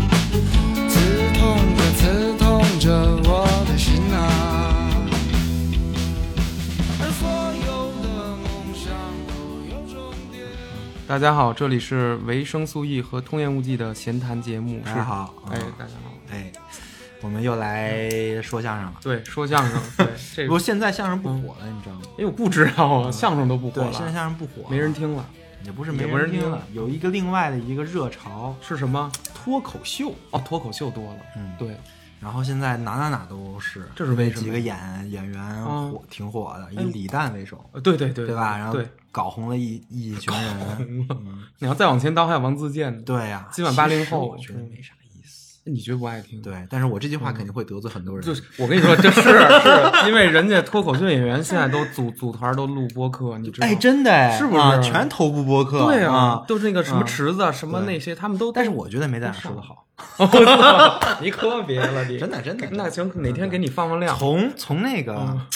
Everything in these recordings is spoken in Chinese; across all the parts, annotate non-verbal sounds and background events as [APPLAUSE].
啊大家好，这里是维生素 E 和通验物剂的闲谈节目。大家啊好，是，哎，大家好，哎，我们又来说相声了。对，说相 [LAUGHS] 声，对这个不过，现在相声不火了，你知道吗？哎，我不知道啊，相声都不火对，现在了，相声不火了，没人听了，也不是没也不是人听听啊了，有一个另外的一个热潮，是什么？脱口秀。哦，脱口秀多了，嗯，对，然后现在哪哪哪都是，这是为什几么个呀？演演员啊火挺火的，以哎李诞为首，呃对对对，对吧？然后对，搞红了一一群人。嗯 [LAUGHS] 你要再往前倒，还有王自健呢。对呀，今晚80其实后我觉得没啥意思。你觉得不爱听？，对，但是我这句话肯定会得罪很多人。就是我跟你说，这是是因为人家脱口秀演员现在都组组团都录播客，你知道吗？哎，真的哎，是不是啊全头部播客？对啊啊，，都是那个什么池子啊，什么对那些，他们都。但是我觉得没咱俩说的好， [LAUGHS] 你可别了，你真的真的。那行，哪天给你放放量？从从那个嗯，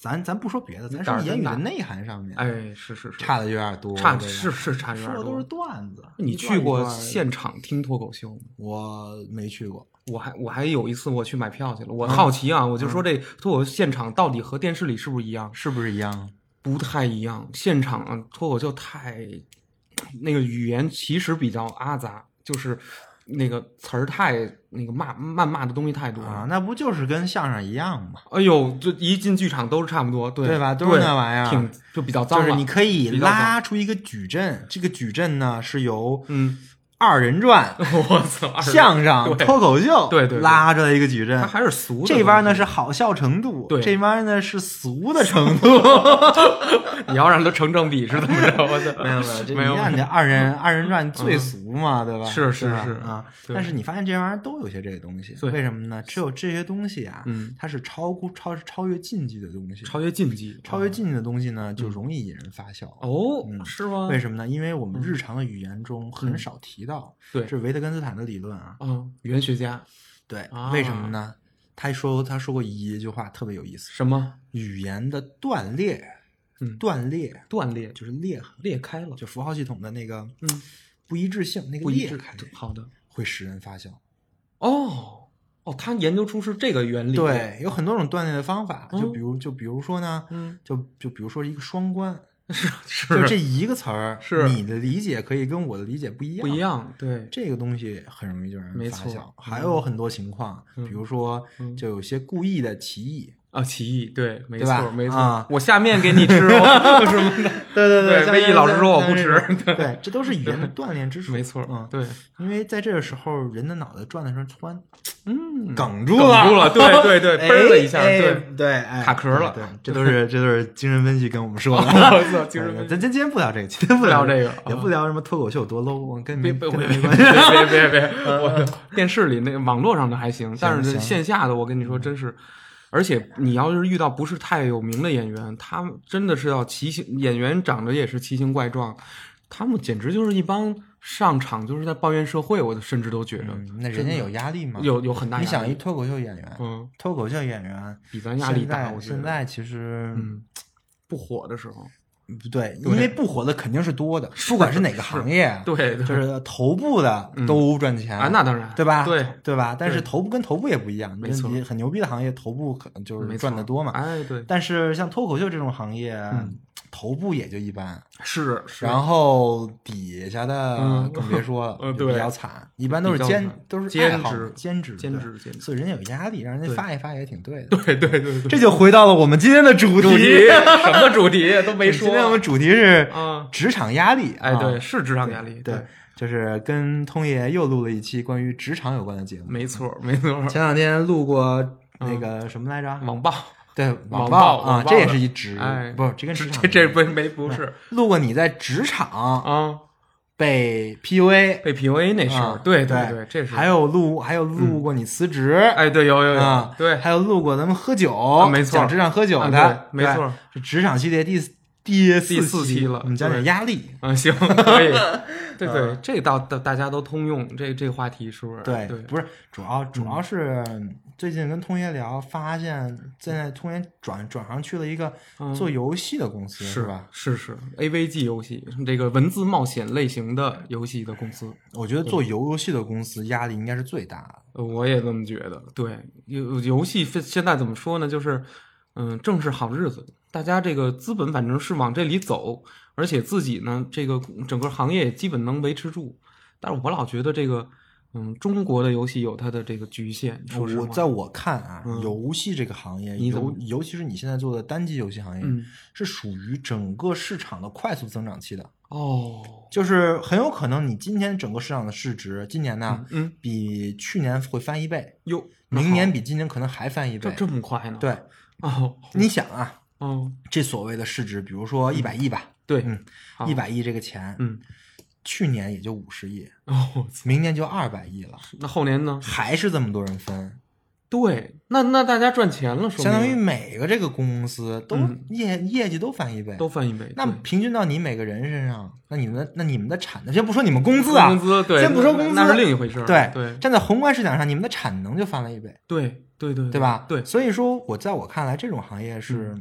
咱咱不说别的，咱胆说儿言真语大的内涵上面，哎，是是是，差的有点多。差这个是是差有说点的多都是段子。你一段去一过段的现场听脱口秀吗？我没去过，我还我还有一次我去买票去了，嗯我好奇啊，我就说这脱口秀现场到底和电视里是不是一样？是不是一样？不太一样，现场啊脱口秀太那个语言其实比较阿杂，就是那个词儿太那个骂谩骂的东西太多了。啊，那不就是跟相声一样吗？哎呦，就一进剧场都是差不多，对对对吧都是那玩意儿挺就比较脏就了。是你可以比较早拉出一个矩阵，这个矩阵呢是由嗯， [LAUGHS] 二人转、我操，相声、对脱口秀对对对拉出来一个矩阵他，还是俗的。这边呢，是好笑程度，对这边呢是俗的程度。你要让他成正比是怎么着？我操，没有没有，这没有嗯你看你这 [LAUGHS] 二人二人转最俗嘛，对吧？是是 [LAUGHS] 对吧是啊，对但是你发现这玩意儿都有些这些东西，对为什么呢？只有这些东西啊，嗯，它是超过超超越禁忌的东西，超越禁忌，啊超越禁忌的东西呢，就容易引人发笑。哦，嗯是吗？为么？什么呢？因为我们日常的语言中很少提到，嗯对，这是维特根斯坦的理论啊。嗯，语言学家对啊，为什么呢？他说他说过一句话特别有意思，什么语言的断裂嗯，断裂断裂就是裂痕，裂开了，就符号系统的那个嗯不一致性，那个不一裂致开好的，会使人发笑。哦哦，他研究出是这个原理。，对，有很多种断裂的方法，嗯就比如就比如说呢，嗯，就就比如说一个双关，就是这一个词儿， [LAUGHS] 是你的理解可以跟我的理解不一样，不一。样，对，这个东西很容易就让没人发错笑，还有很多情况，嗯比如说嗯就有些故意的歧义，啊，歧义，对，没对吧错没错啊，我下面给你吃，我 [LAUGHS] 什么 [LAUGHS] 的，对对对魏毅老师说我不吃 [LAUGHS] 对，对这都是语言的锻炼之处，没错，嗯，对，因为在这个时候人的脑袋转的时候突然嗯，梗住梗住了 [LAUGHS] 对对对哎嘣儿了一下对 [LAUGHS] 对，哎卡壳了对，这都是这都是精神分析跟我们说的。我操， [LAUGHS] 精神哎分析咱咱今天不聊这个，今天不不聊这这个，也不聊什么脱口秀多 low，跟别没别跟别没别 [LAUGHS] 关系。别别 [LAUGHS] 别！我电视里那网络上的还行，但是行嗯线下的我跟你说真是，而且你要是遇到不是太有名的演员，他们真的是要奇形，演员长得也是奇形怪状，他们简直就是一帮上场就是在抱怨社会，我甚至都觉得嗯那人家有压力吗？。有有很大你压想一力。啊脱口秀演员，嗯，脱口秀演员比咱压力现大，在我觉现得。在其实嗯，不火的时候，不对，因为不火的肯定是多的，不管是哪个行业，啊对就对是头部的嗯都赚钱啊，那当然，对吧？对，对吧？但是对头部跟头部也不一样，没错你很牛逼的行业，头部可能就是没赚的错多嘛。哎，对，但是像脱口秀这种行业，嗯头部也就一般，是是，然后底下的嗯更别说了，呃 [LAUGHS] 就对比较惨，一般都是比较兼惨都是兼爱好职兼职兼对职兼职，所以人家有压力，让人家对发一发也挺 [LAUGHS] 对的。对对对对，这就回到了我们今天的主主 [LAUGHS] 题什么主题都没说。今天我们主题是啊，职场压力。哎，啊对，，是职场压力，对，，就是跟通爷又录了一期关于职场有关的节目。没错，没 [LAUGHS] 错，前两天录过那个什么来着？网暴，对，网暴暴啊网，暴这也的是一职哎，不是这跟这职场这这不没不是录过你在职场啊，被 PUA 被 PUA 那事啊儿，对对对，这是还有录还有录过你辞职哎，对，有有有啊，，对，还有录过咱们喝酒啊，没错讲职场喝酒啊的，对没错对，是职场系列第四第第四期期了我们讲点对压力。嗯，行，可以， [LAUGHS] 对对嗯，这到大大家都通用，这这话题是不是？对对，，嗯不是主要主要是最近跟通爷聊，发现现在通爷转转行去了一个嗯做游戏的公司，是吧？？是是，AVG 游戏这个文字冒险类型的游戏的公司，我觉得做游游戏的公司压力应该是最大的。呃我也这么觉得。对，游游戏现现在怎么说呢？就是嗯，正是好日子。大家这个资本反正是往这里走，而且自己呢，这个整个行业也基本能维持住。但是我老觉得这个，嗯，中国的游戏有它的这个局限。说实我话，在我看啊，嗯游戏这个行业，你怎么尤尤其是你现在做的单机游戏行业，嗯，是属于整个市场的快速增长期的，哦，就是很有可能你今天整个市场的市值，今年呢、嗯，比去年会翻一倍，哟，那好啊明年比今年可能还翻一这倍。这么快呢？，对，哦，你想啊，哦，这所谓的市值，比如说一百亿吧，对，嗯好一，百亿这个钱，啊嗯，去年也就五十亿，哦，我操明年就二百亿了，那后年呢？还是这么多人分，对，那那大家赚钱了，说相当于明每个这个公司都嗯业、业绩都翻一倍，都翻一倍。那对平均到你每个人身上，那你们的那你们的产能，先不说你们工资啊，工资对，先不说那工资那是另一回事儿。对对站在宏观市场上，你们的产能就翻了一倍，对对对，对吧？对，嗯所以说我在我看来，这种行业是，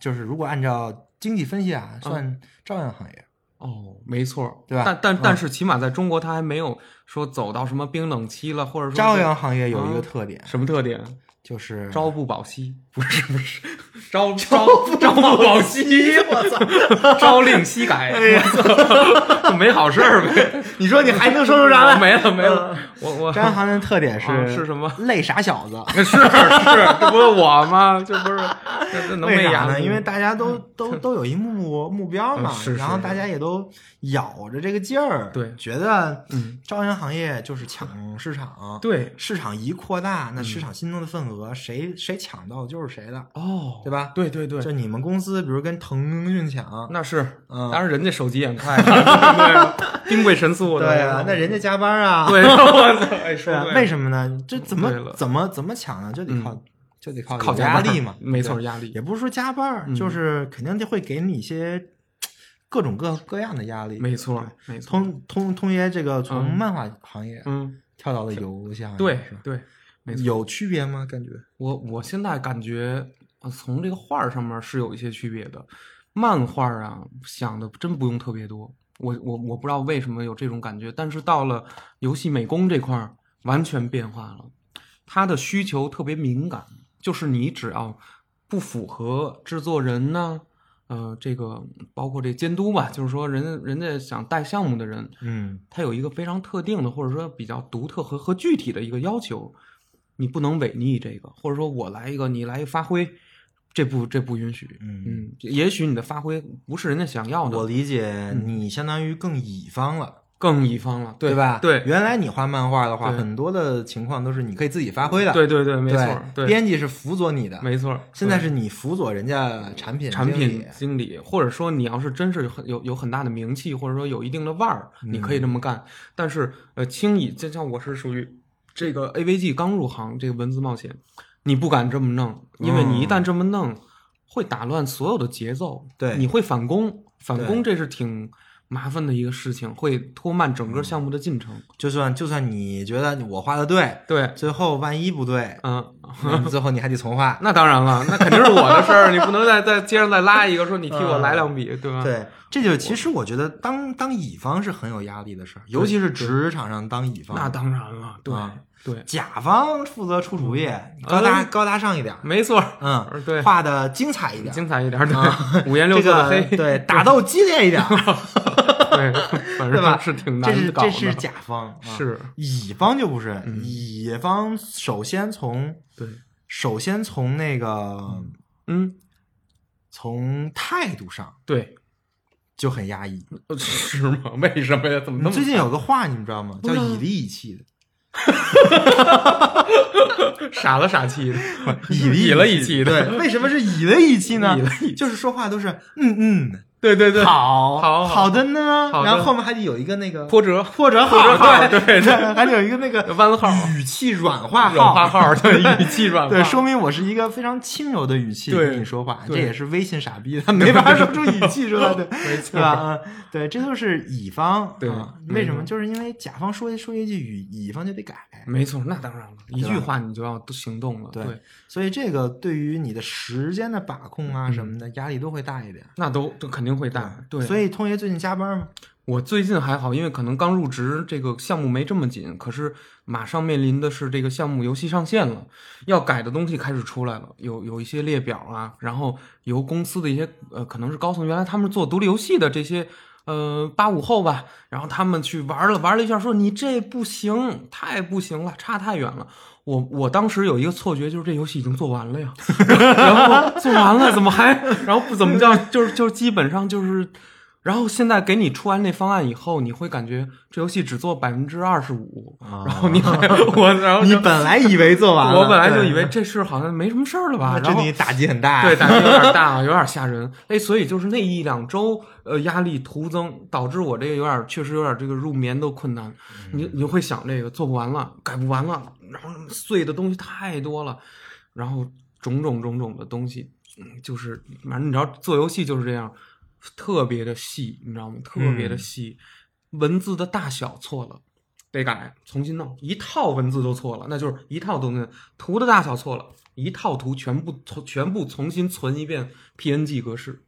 就是如果按照经济分析啊，算照样行业。哦，没错，对吧但但嗯但是，起码在中国，它还没有说走到什么冰冷期了，或者说照是样行业有一嗯个特点，什么特点？就是 [LAUGHS] 朝不保夕，不是不是， [LAUGHS] 朝朝朝不保夕，我操！朝令夕改，哎呀我操，没好事儿 [LAUGHS] 呗。 [LAUGHS] 你说你还能说出啥 [LAUGHS] 来？没了没了，我我张行业的特点是、嗯啊是什么 [LAUGHS] [LAUGHS] 累傻小子。是是，这不是我吗？这不是这这能为没啥牙呢？吗因为大家都都都有一目目标嘛嗯是，是然后大是家也都咬着这个劲儿，对觉得嗯朝阳行业就是抢市场，对嗯市场一扩大，那市场心中的份额谁谁抢到就是谁的，哦，对吧？对对对，就你们公司，比如跟腾讯抢，那是，嗯当然人家手疾眼快， [LAUGHS] 对，兵贵神速，对啊，那人家加班啊， [LAUGHS] [LAUGHS] 对，我操，哎，是说啊对，了为什么呢？这怎对么了嗯怎么怎么抢呢？就得靠就得靠靠有加压班力嘛， [LAUGHS] 没错，嗯对，压力也不是说加班儿，就是肯定就会给你一些各种各各样的压力，没错，没错，通通通爷这个从漫画行业嗯，跳到了游戏行业，对嗯是吧对，没错。有区别吗？感觉我我现在感觉，呃从这个画儿上面是有一些区别的。漫画儿啊，想的真不用特别多。我我我不知道为什么有这种感觉，但是到了游戏美工这块儿，完全变化了。它的需求特别敏感，就是你只要不符合制作人呢、呃，这个包括这监督吧，就是说人人家想带项目的人，嗯，它有一个非常特定的，或者说比较独特和和具体的一个要求，你不能违逆这个，或者说我来一个，你来一个发挥，这不这不允许。嗯嗯，也许你的发挥不是人家想要我的，理解嗯你相当于更乙方了，更乙方了，对吧？对，原来你画漫画的话，对很多的情况都是你可以自己发挥的，对对对，没对，错，对，编辑是辅佐你的，没错。现在对是你辅佐人家产品产经品理经理，或者说你要是真是有很有有很大的名气，或者说有一定的腕儿，你可以嗯这么干。但是呃，轻易就像我是属于这个 AVG 刚入行这个文字冒险，你不敢这么弄，因为你一旦这么弄，会打乱所有的节奏，嗯对你会返工，返对工这是挺麻烦的一个事情，会拖慢整嗯个项目的进程。就算就算你觉得我画的对，对，最后万一不 [LAUGHS] 对，嗯。那最后你还得重画，那当然了，那肯定是我的事儿，你不能再再接着再拉一个说你替我来两笔，对吧？嗯对，这就是其实我觉得当当乙方是很有压力的事儿，尤其是职场上当乙方。那当然了，对、啊对，甲方负责出主意，高大、高大上一点儿，没错儿，嗯，嗯呃对画的精彩一点儿，精彩一点儿，对，五颜六这色的黑个，对打斗激烈一点儿，对，反对吧正是挺这是难搞这的，是甲方，啊是嗯乙方就不是，乙方首先从对，首先从那个嗯，从态度上对，就很压抑。呃是吗？为什么呀？怎么那么最近有个话你们知道吗？叫知道以利以气的，傻了傻 [LAUGHS] 气的，以利 [LAUGHS] 以了以以气气的，对，为什么是以了以气呢 [LAUGHS] 以了以？气就是说话都是嗯嗯，对对对，好好好的呢，好的然后后面还得有一个那个波折或者好，折号对对对还得有一个那个弯号， [LAUGHS] 语气软化号，软化号，对，语气软化，对，说明我是一个非常轻柔的语气对跟你说话，这对也是微信傻逼，他没法说出语气出来的，没错对吧？嗯，对，这都是乙方，对嗯啊没为什么？错就是因为甲方说一说一句语，乙方就得改，没错，那当然了，一句话你就要都行动了，对嗯对，所以这个对于你的时间的把控啊嗯什么的，压力都会大一点。那都这肯定定会大。对，所以通爷最近加班吗？我最近还好，因为可能刚入职，这个项目没这么紧。可是马上面临的是这个项目游戏上线了，要改的东西开始出来了，有有一些列表啊，然后由公司的一些呃，可能是高层，原来他们是做独立游戏的这些呃八五后吧，然后他们去玩了玩了一下，说你这不行，太不行了，差太远了。我我当时有一个错觉，就是这游戏已经做完了呀，然后做完了怎么 [LAUGHS] 还，然后不怎么叫，就是就基本上就是。然后现在给你出完那方案以后，你会感觉这游戏只做百分之二十五，然后你还我，啊 [LAUGHS] 然后啊你就本来以为做完了，我本来就对以为这事儿好像没什么事儿了吧，那然这后你打击很大呀，对，胆子有点大，啊有点吓人。哎，所以就是那一两周，呃，压力徒增，导致我这个有点，确实有点这个入眠都困难。你你会想这个做不完了，改不完了，然后碎的东西太多了，然后种种种种的东西，嗯就是反正你知道做游戏就是这样，特别的细，你知道吗？特别的嗯细，文字的大小错了。得改，重新弄一套文字都错了，那就是一套东西，图的大小错了，一套图全部重全部重新存一遍 PNG 格式，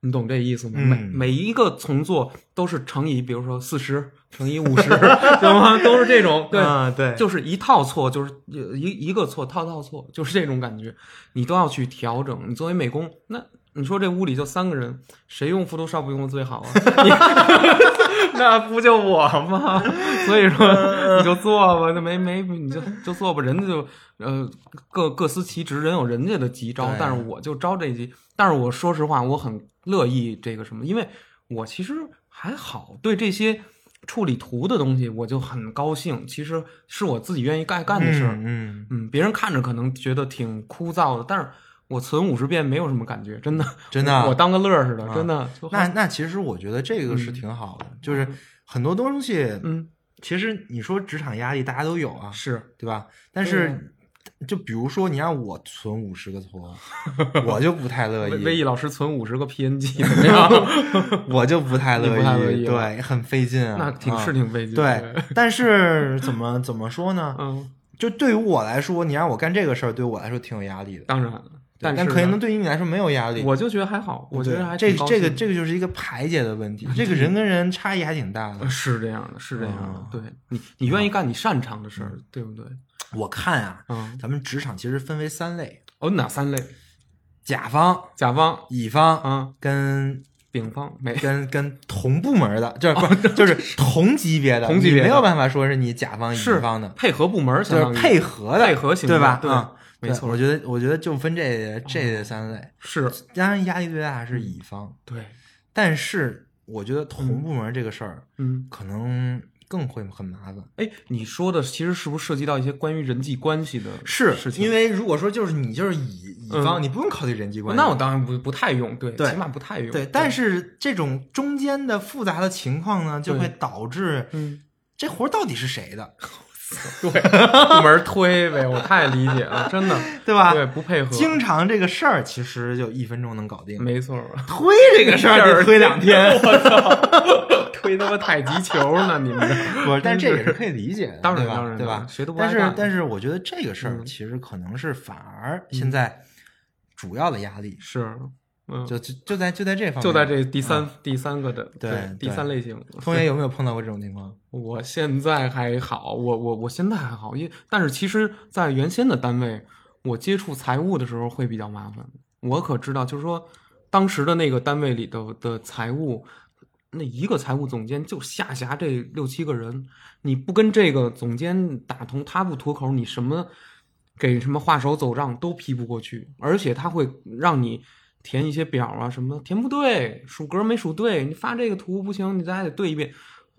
你懂这意思吗？嗯每每一个重做都是乘以，比如说四十乘以五十， [LAUGHS] 懂吗？都是这种，对，嗯对，就是一套错，就是呃一一个错，套套错，就是这种感觉，你都要去调整。你作为美工，那你说这屋里就三个人，谁用 Photoshop 用的最好啊？你那啊不就我吗？所以嗯说你就做吧，那没没你就就做吧，人家就呃各各司其职，人有人家的急招对，但是我就招这急。但是我说实话，我很乐意这个什么，因为我其实还好，对这些处理图的东西我就很高兴，其实是我自己愿意干干的事儿。嗯，嗯，别人看着可能觉得挺枯燥的，但是我存五十遍没有什么感觉，真的， [LAUGHS] 真的啊我当个乐儿似的，啊真的。就那好那其实我觉得这个是挺好的，就是很多东西，嗯其实你说职场压力大家都有啊，是，对吧？但对啊是就比如说你让我存五十个 [LAUGHS] 头，我就不太乐魏魏意，毅 E 老师存五十个 [LAUGHS] PNG 怎么样？我就不太你不太乐乐意了对，很费劲啊，那挺啊是挺费劲。对，但是怎么怎么说呢？ [LAUGHS] 嗯，就对于我来说，你让我干这个事儿，对我来说挺有压力的。当然，对是可能呢对于你来说没有压力。我就觉得还好，我觉对得还这挺高这兴个的这个就是一个排解的 [LAUGHS] 问题，这个人跟人差异还挺大的呃。是这样的，是这样的嗯。对你，你愿意干你擅长的事儿，对不对？我看啊，嗯，咱们职场其实分为三类：哦，哪三类？甲方、甲方，乙方啊，跟丙方没。跟跟同部门的，就是不 [LAUGHS] 是就是同级别的，哦同级别的你没有办法说是你甲方乙是方的，配合部门儿就相当于是配合的，配合型的对吧？对嗯没对错哦我觉得我觉得就分这这三类，是，当然压力最大是乙方，对，但是我觉得同部门这个事儿嗯，可能更会很麻烦。哎，你说的其实是不是涉及到一些关于人际关系的是事情？因为如果说就是你就是乙乙方，嗯你不用考虑人际关系。那我当然不不太用，对，对起码不太用。对，但是这种中间的复杂的情况呢，就会导致嗯，这活儿到底是谁的，嗯对，部门儿推呗，我太理解了，真 [LAUGHS] 的，对吧？对，不配合，经常这个事儿其实就一分钟能搞定，没错 [LAUGHS] 儿，推这个事儿得推两 [LAUGHS] 天。我操，推他妈太极球呢，你们这，不是，但是这也是可以理解 [LAUGHS] 的，当然对吧当然对吧？谁都不爱但是干，但是我觉得这个事儿嗯其实可能是反而现在主要的压力是，嗯，就就就在就在这方面，就在这第三第三个的，对对第三类型，通爷有没有碰到过这种情况？我现在还好，我我我现在还好，因但是其实，在原先的单位，我接触财务的时候会比较麻烦。我可知道，就是说，当时的那个单位里头的财务，那一个财务总监就下辖这六七个人，你不跟这个总监打通，他不吐口，你什么给什么画手走账都批不过去，而且他会让你。填一些表啊什么的，填不对，数格没数对，你发这个图不行，你再还得对一遍。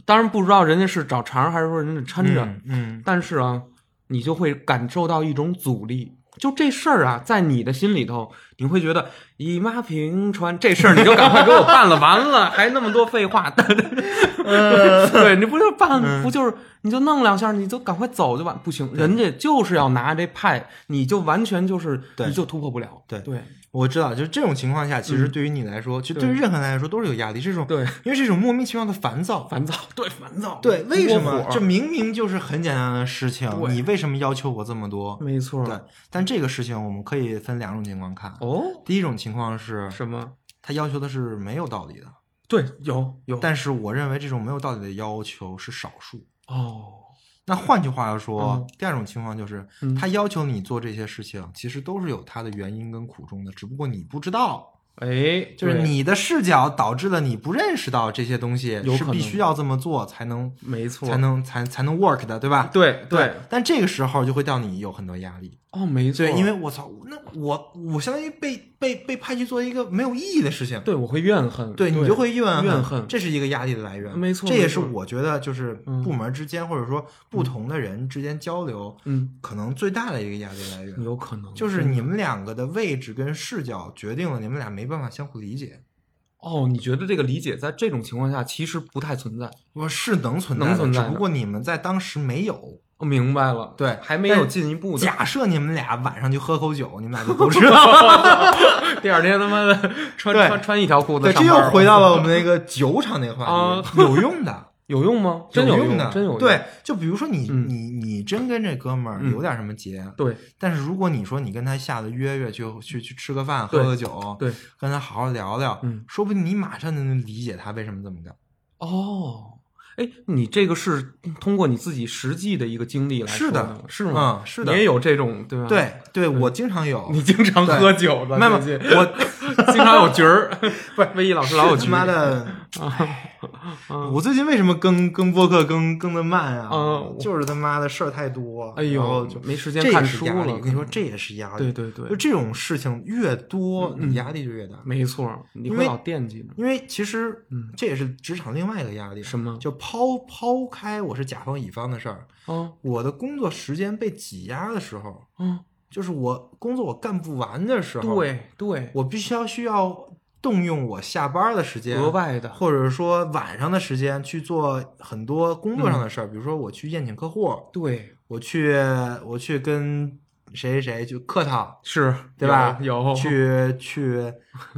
当然不知道人家是找茬儿还是说人家抻着，嗯嗯，但是啊，你就会感受到一种阻力。就这事儿啊，在你的心里头，你会觉得以妈平川这事儿，你就赶快给我办了， [LAUGHS] 完了还那么多废话，但嗯对你不就办不就是你就弄两下，你就赶快走就完，不行，人家就是要拿这派，你就完全就是对你就突破不了，对对我知道，就是这种情况下，其实嗯对于你来说，其实对对于任何人来说都是有压力，这种对，因为是一种莫名其妙的烦躁。烦躁，对烦躁，对，为什窝么火这明明就是很简单的事情，对你为什么要求我这么多？没错，对，但这个事情我们可以分两种情况看。哦，第一种情况是什么他要求的是没有道理的。对，有有，但是我认为这种没有道理的要求是少数。哦，那换句话说，嗯第二种情况就是嗯，他要求你做这些事情，其实都是有他的原因跟苦衷的，只不过你不知道，哎，就是对你的视角导致了你不认识到这些东西有可是能必须要这么做才能没错，才能才才能 work 的，对吧？对对对，但这个时候就会让你有很多压力。哦，没错，对，因为我操，那我我相当于被被被派去做一个没有意义的事情，对我会怨恨，对你就会怨恨，怨恨这是一个压力的来源，没错这也没是错我觉得就是嗯部门之间、或者说不同的人之间交流，嗯，可能最大的一个压力来源，有可能就是你们两个的位置跟视角决定了你们俩没办法相互理解。哦，你觉得这个理解在这种情况下其实不太存在？我是能存在的，能存在只的不过你们在当时没有。哦，明白了，对还没但有是进一步的。假设你们俩晚上去喝口酒，你们俩就 [LAUGHS] 不知道。第二天他妈 [LAUGHS] 的穿对穿穿一条裤子对，这上班又儿，回到了我们那个酒厂那个话啊题，有用的。 [LAUGHS] 有用吗？真有嗯用的，真有用。对，就比如说你、嗯你你真跟这哥们儿有点什么结，对但是如果你说你跟他下了约约去去去吃个饭对喝个酒，对，跟他好好聊聊，嗯说不定你马上就能理解他为什么这么干。哦，哎，你这个是通过你自己实际的一个经历来是说的吗？是吗？嗯是的嗯你也有这种对吧？，对对，我经常有，你经常对喝酒的，没有最近我经常有局 [LAUGHS] 儿，不是魏一老师老有是局。他 [LAUGHS] 妈，的，哎嗯我最近为什么更更播客更更的慢啊？嗯我就是他妈的事儿太多，哎然后呦就，没时间这也看是书压力。了。我跟你说，这也是压对力。对对就，这种事情越多，嗯你压力就越大。没错，你因会为老惦记着因为其实嗯，这也是职场另外一个压力。什么？就抛抛开我是甲方乙方的事儿，嗯我的工作时间被挤压的时候，嗯，就是我工作我干不完的时候，，对对，我必须要需要动用我下班的时间，额外的或者说晚上的时间去做很多工作上的事嗯儿，比如说我去宴请客户，对我去我去跟谁谁谁去客套，是，对吧？有有去去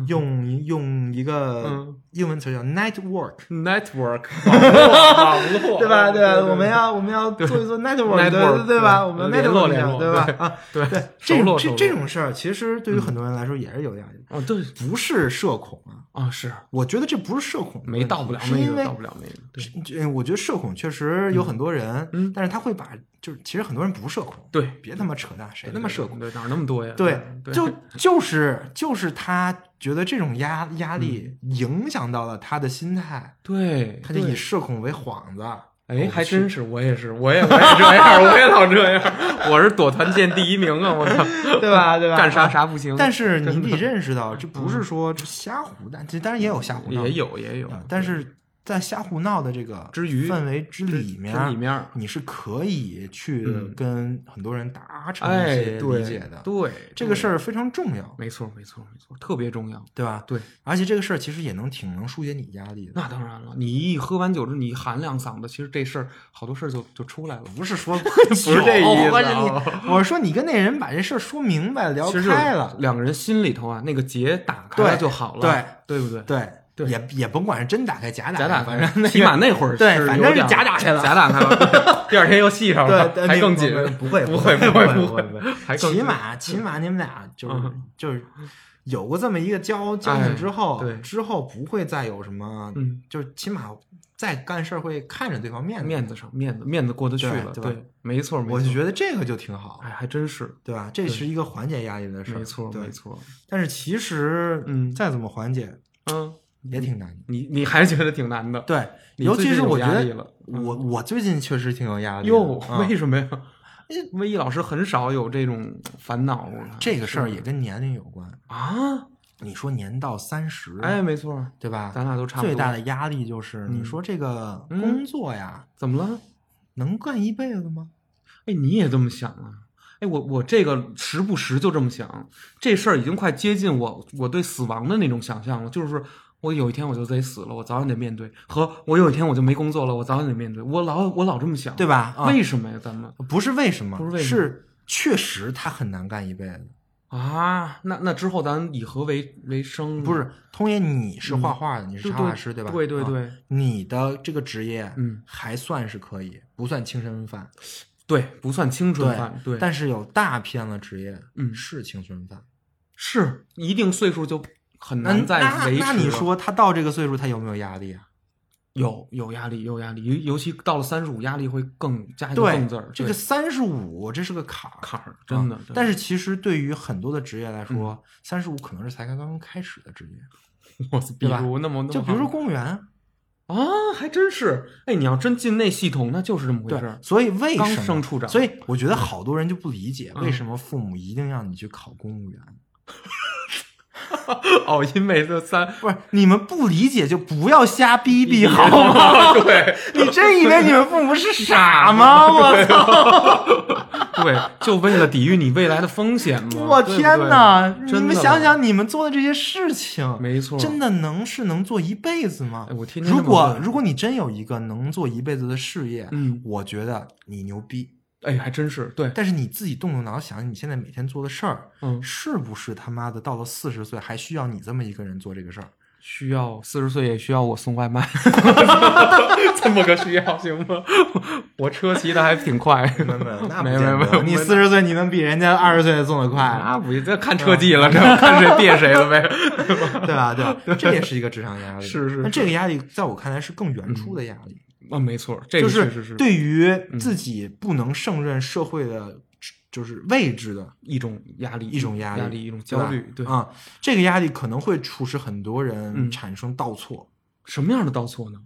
用一用一个嗯英文词叫 network， [LAUGHS] [LAUGHS] network 网络，对吧？哦对对，我们要我们要 [LAUGHS] 做一做 network，对 Network，对对吧？对我们要联络 network 一联下，络对对吧？啊，对对，熟这络种熟这络嗯这种事儿，其实对于很多人来说也是有压力的，哦对不是社恐啊。啊是我觉得这不是社恐的问题，没到不了是那因个，为到不了那个，对这哎我觉得社恐确实有很多人，嗯但是他会把就是其实很多人不社恐，对，别他妈扯淡，谁他妈社恐？对，哪儿那么多呀？对，嗯对， [LAUGHS] 就就是就是他觉得这种压压力影响到了他的心态，对，他就嗯对以社恐为 [LAUGHS] 幌子。哎，还真是，我也是，我也我也这样，我也老这样，我是躲团建第一名啊！我操，对吧？对吧？干啥啊。啥不行， [LAUGHS] 但是你 [LAUGHS] 得认识到，这不是说这瞎胡闹，这当然也有瞎胡闹，也有也有啊，但是在瞎胡闹的这个之余氛围之里面，这里面。你是可以去嗯跟很多人达成一哎，些对理解的。对，这个事儿儿非常重要，没错，没错，没错，特别重要。对吧？对，而且这个事儿其实也能挺能疏解你压力的。那当然了，你一喝完酒之后，你一喊两嗓子，其实这事儿好多事儿就就出来了。不是 [LAUGHS] 说不是这意思啊我是说你跟那人把这事儿说明白，聊其实开了，两个人心里头啊，那个结打开了对就好了，对对不对？对，对也也甭管是真打开假打假打 [LAUGHS] 反开正那个起码那会儿对是反有正是点假打开了假打开 [LAUGHS] 了。第二天又系上了，对，还更紧。不会不会会会不不会不会还更起紧码起码你们 [LAUGHS] 俩就是嗯就是有过这么一个交交哎情之后，对之后不会再有什么，嗯，就是起码在干事儿会看着对方面子。面子上，面子面子过得去对了，对吧对，没错，没错我就觉得这个就挺好哎，，还真是，对吧？这是一个缓解压力的事儿，没错，对没。错，但是其实，嗯再怎么缓解嗯，也挺难的。你你还觉得挺难的，对，你尤最其近是有我觉压得力了嗯我我最近确实挺有压力的。哟，嗯为什么呀？魏毅老师很少有这种烦恼，我看这个事儿是也跟年龄有关。啊，你说年到三十，哎，没错，对吧？咱俩都差不多。最大的压力就是，嗯你说这个工作呀，怎么了？能干一辈子吗？哎，你也这么想啊？哎，我我这个时不时就这么想，这事儿已经快接近我我对死亡的那种想象了，就是我有一天我就得死了，我早晚得面对；和我有一天我就没工作了，我早晚得面对。我老我老这么想，对吧？啊，为什么呀？咱们不是为什么，不是为什么嗯是确实他很难干一辈子。啊，那那之后咱以何为为生呢？不是，通爷，你是画画的，你嗯是对，插对画师，对吧？对对啊对你的这个职业，嗯，还算是可以，不算青春饭。对，不算青春饭，对，但是有大批量的职业，嗯是青春饭。是一定岁数就很那难再那维持了。那你说他到这个岁数，他有没有压力啊？有有压力，有压力，尤尤其到了三十五，压力会更加一个对更字儿，，这个对三十五这是个坎儿，坎儿嗯真的啊。真但的是其实对于很多的职业来说，三十五可能是才刚刚开始的职业， [LAUGHS] 我操比对吧如那么那么就比如说好公务员啊，啊，还真是，哎，你要真进那系统，那就是这么回对事儿，。所以为刚什升么？处长，所以我觉得好多人就不理解，嗯为什么父母一定让你去考公务员？ [LAUGHS] 哦，因为这三不是你们不理解就不要瞎逼逼好吗？吗？啊 [LAUGHS] 对你真以为你们父母是傻吗？我操！对，就为了抵御你未来的风险嘛。我对不天对哪！你真们的想想，你们做的这些事情，没错，真的能是能做一辈子吗哎，？我天天如这么果问如果你真有一个能做一辈子的事业，嗯，我觉得你牛逼。哎，还真是对，但是你自己动动脑想，你现在每天做的事儿，嗯，是不是他妈的到了四十岁还需要你这么一个人做这个事儿？需要四十岁也需要我送外 [LAUGHS] 卖，这么个需要行吗？ [LAUGHS] 我车骑的还挺快，没 [LAUGHS] 那没没没，你我四十岁你能比人家二十岁送的 [LAUGHS] 快啊？啊，不，这看车技 [LAUGHS] 了，这看谁别谁了呗。对吧？对吧？这也是一个职场压力。是是那是这个压力在我看来是更原初的压力， [LAUGHS] 啊，没错，这就个确实是嗯对于自己不能胜任社会的就是位置的一种压力，一种压力，压力，一种焦虑，对对吧啊、这个压力可能会促使很多人嗯产生倒错，什么样的倒错呢？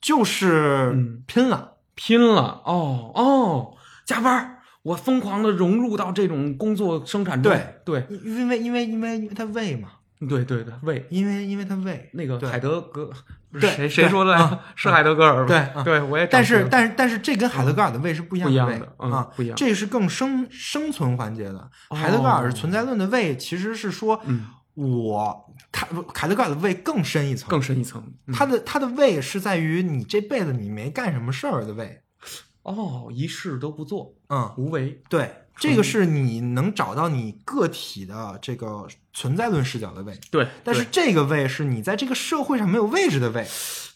就是嗯拼了。拼了，哦哦，加班儿，我疯狂的融入到这种工作生产中，对对因为因为因为因为他胃嘛，对对对，为因为因为他胃那个对海德格，不是对谁对啊谁说的来着？是海德格尔吧？对啊对，我也找但不是到但是但是这跟海德格尔的胃是不一嗯样不一样胃的嗯啊，不一样这是更生生存环节的。哦海德格尔存在论的胃其实是说，嗯我他海德格尔的胃更深一层，更深一层，嗯他的他的胃是在于你这辈子你没干什么事儿的胃。哦，一事都不做，嗯，无为，对，这嗯个是你能找到你个体的这个存在论视角的胃，对，但是这个胃是你在这个社会上没有位置的胃，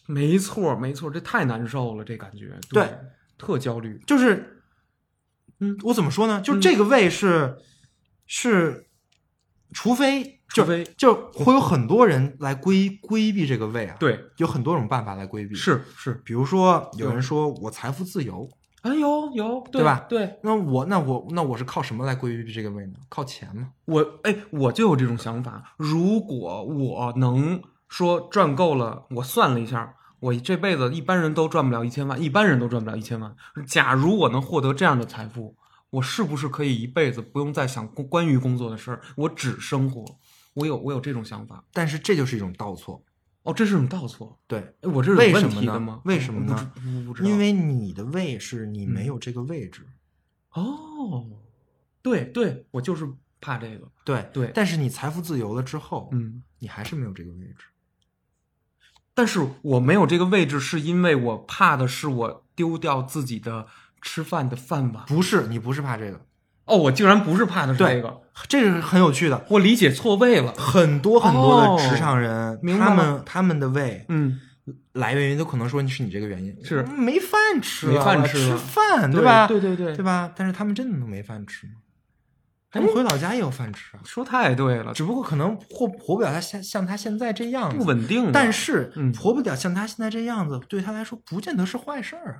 没错没错，这太难受了，这感觉，对特焦虑，就是，嗯，我怎么说呢？就这个位是、是，除非就除非就会有很多人来规规避这个位啊，，对，有很多种办法来规避，，是是，比如说有人说我财富自由，哎，有有，对对吧对，那我那我那我是靠什么来规避这个位呢？靠钱吗？我哎，我就有这种想法，如果我能说赚够了，我算了一下。我这辈子一般人都赚不了一千万，一般人都赚不了一千万。假如我能获得这样的财富，我是不是可以一辈子不用再想工关于工作的事儿，我只生活？我有我有这种想法。但是这就是一种倒错，哦，这是种倒错。对，哎我这是为有问什么题呢的吗？为什么我不呢知？不不知道，嗯因为你的位是你没有这个位置，哦，对对，我就是怕这个。对对但是你财富自由了之后，嗯，你还是没有这个位置。但是我没有这个位置，是因为我怕的是我丢掉自己的吃饭的饭碗。不是，你不是怕这个，哦，我竟然不是怕的是对这个，这是很有趣的。我理解错位了。很多很多的哦职场人，明白他了们他们的胃嗯，来源于都可能说你是你这个原因，是没饭吃啊，没饭我吃吃啊饭吧？对对对对，吧？但是他们真的能没饭吃吗？他们回老家也有饭吃啊，说太对了，只不过可能活活不了他像像他现在这样子，不稳定啊。但是嗯活不了像他现在这样子，对他来说不见得是坏事儿啊。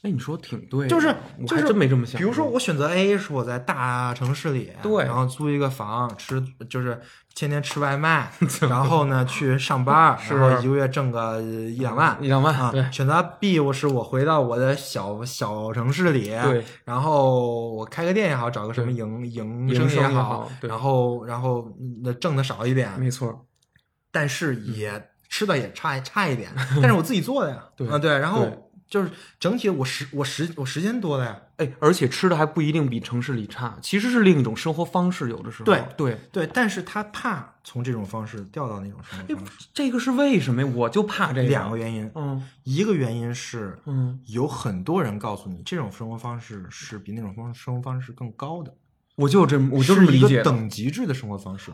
哎，你说挺对的，就是我就还是真没这么想过。比如说，我选择 A 是我在大城市里，对然后租一个房，吃就是天天吃 [LAUGHS] 外卖，然后呢去上班，是然后一个月挣个一两万，一两万啊。对选择 B 我是我回到我的小小城市里，对，然后我开个店也好，找个什么对营营营生生也好好，对然后然后那挣的少一点，没错，但是嗯也吃的也差差 [LAUGHS] 一点，但是我自己做的呀，对啊对，然对后就是整体我时我时我时间多了呀，哎，而且吃的还不一定比城市里差，其实是另一种生活方式，有的时候。对对，对，但是他怕从这种方式掉到那种生活方式，哎这个是为什么呀？我就怕这个。两个原因，嗯一个原因是嗯，有很多人告诉你这种生活方式是比那种方生活方式更高的，我就这么我就这是么理一解个的。等级制的生活方式，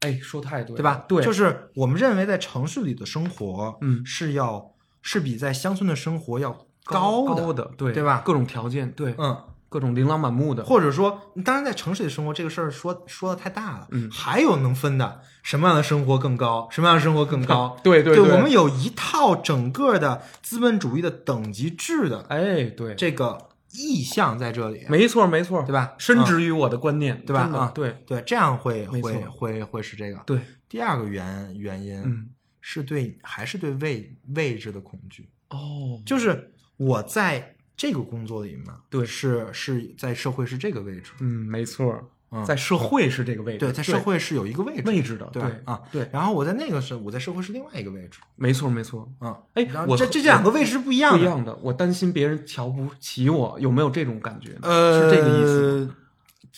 哎，说太对了，对吧？对，就是是我们认为在城市里的生活，嗯是要是比在乡村的生活要高的，的，对对吧各种条件，对，嗯，各种琳琅满目的。，或者说，当然在城市里生活这个事儿说说的太大了，嗯，还有能分的，什么样的生活更高，什么样的生活更高 [LAUGHS] 对对对对我们有一套整个的资本主义的等级制的哎，对，这个意向在这里，没错没错，对吧？深嗯植于我的观念，对吧真的啊对对，这样会没错会会会是这个。对，第二个原原因，嗯，是对还是对位位置的恐惧，哦，就是我在这个工作里面，对是是在社会是这个位置，嗯，没错，嗯在社会是这个位置，对，在社会是有一个位置位置的，对啊，对，然后我在那个是我在社会是另外一个位置，没错没错，嗯，哎然后我这这这两个位置是不一样不的，一样的。我担心别人瞧不起我，有没有这种感觉呢？呃，是这个意思吗。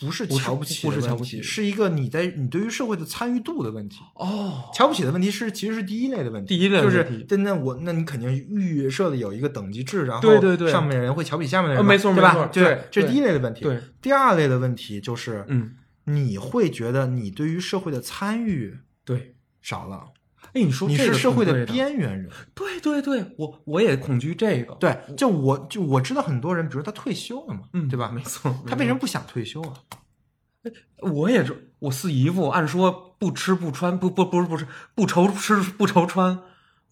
不是不是瞧不起，不是瞧不起是一个你在你对于社会的参与度的问题。哦，瞧不起的问题是其实是第一类的问题，第一类的就问是题对那我那你肯定预设的有一个等级制，然后对对对上面的人会瞧不起下面的人呃嘛，没错对吧没错就是对这是对第一类的问题。对，第二类的问题就是嗯，你会觉得你对于社会的参与对。少了，嗯哎，你说你这是个社会挺对的的，边缘人。对对对，我我也恐惧这个。对，就我就我知道很多人，比如他退休了嘛，嗯对吧？没错他为什么不想退休啊？我也是，我四姨夫按说不吃不穿，不不不是不是不愁吃不愁穿，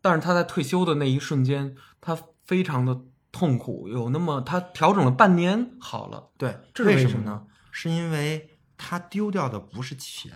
但是他在退休的那一瞬间，他非常的痛苦，有那么他调整了半年好了，对，这是为为什什么么呢？是因为他丢掉的不是钱，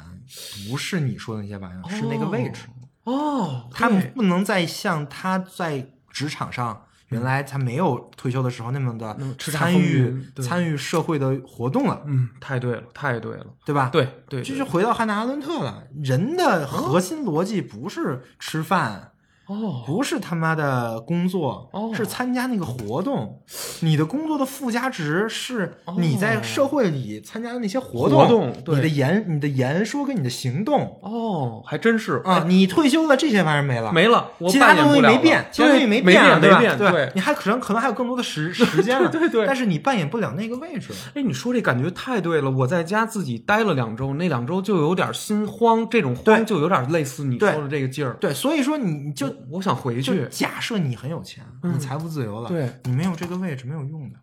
不是你说的那些玩意儿，是那个位置。哦，他对们不能再像他在职场上原来他没有退休的时候那么的那么叱咤参风与云对参与社会的活动了，嗯，太对了，太对了，对吧？，对对，这对就回到汉娜·阿伦特了。人的核心逻辑不是吃饭，哦，不是他妈的工作，哦是参加那个活动。你的工作的附加值是哦你在社会里参加的那些活动，活动对你的言、你的言说跟你的行动哦，还真是哎啊、你退休了，这些玩意儿没了，没了，我其他扮演东不西了没了变，其他东西对没变啊，没吧？变，对对你还可能可能还有更多的时时间 [LAUGHS] 了，对对对但是你扮演不了那个位置了，哎，你说这感觉太对了。我在家自己待了两周，那两周就有点心慌，这种对慌就有点类似你对说的这个劲儿。对，所以说你你就我我想回就去，假设你很有钱，你财富自由了，嗯对你没有这个位置没有用的，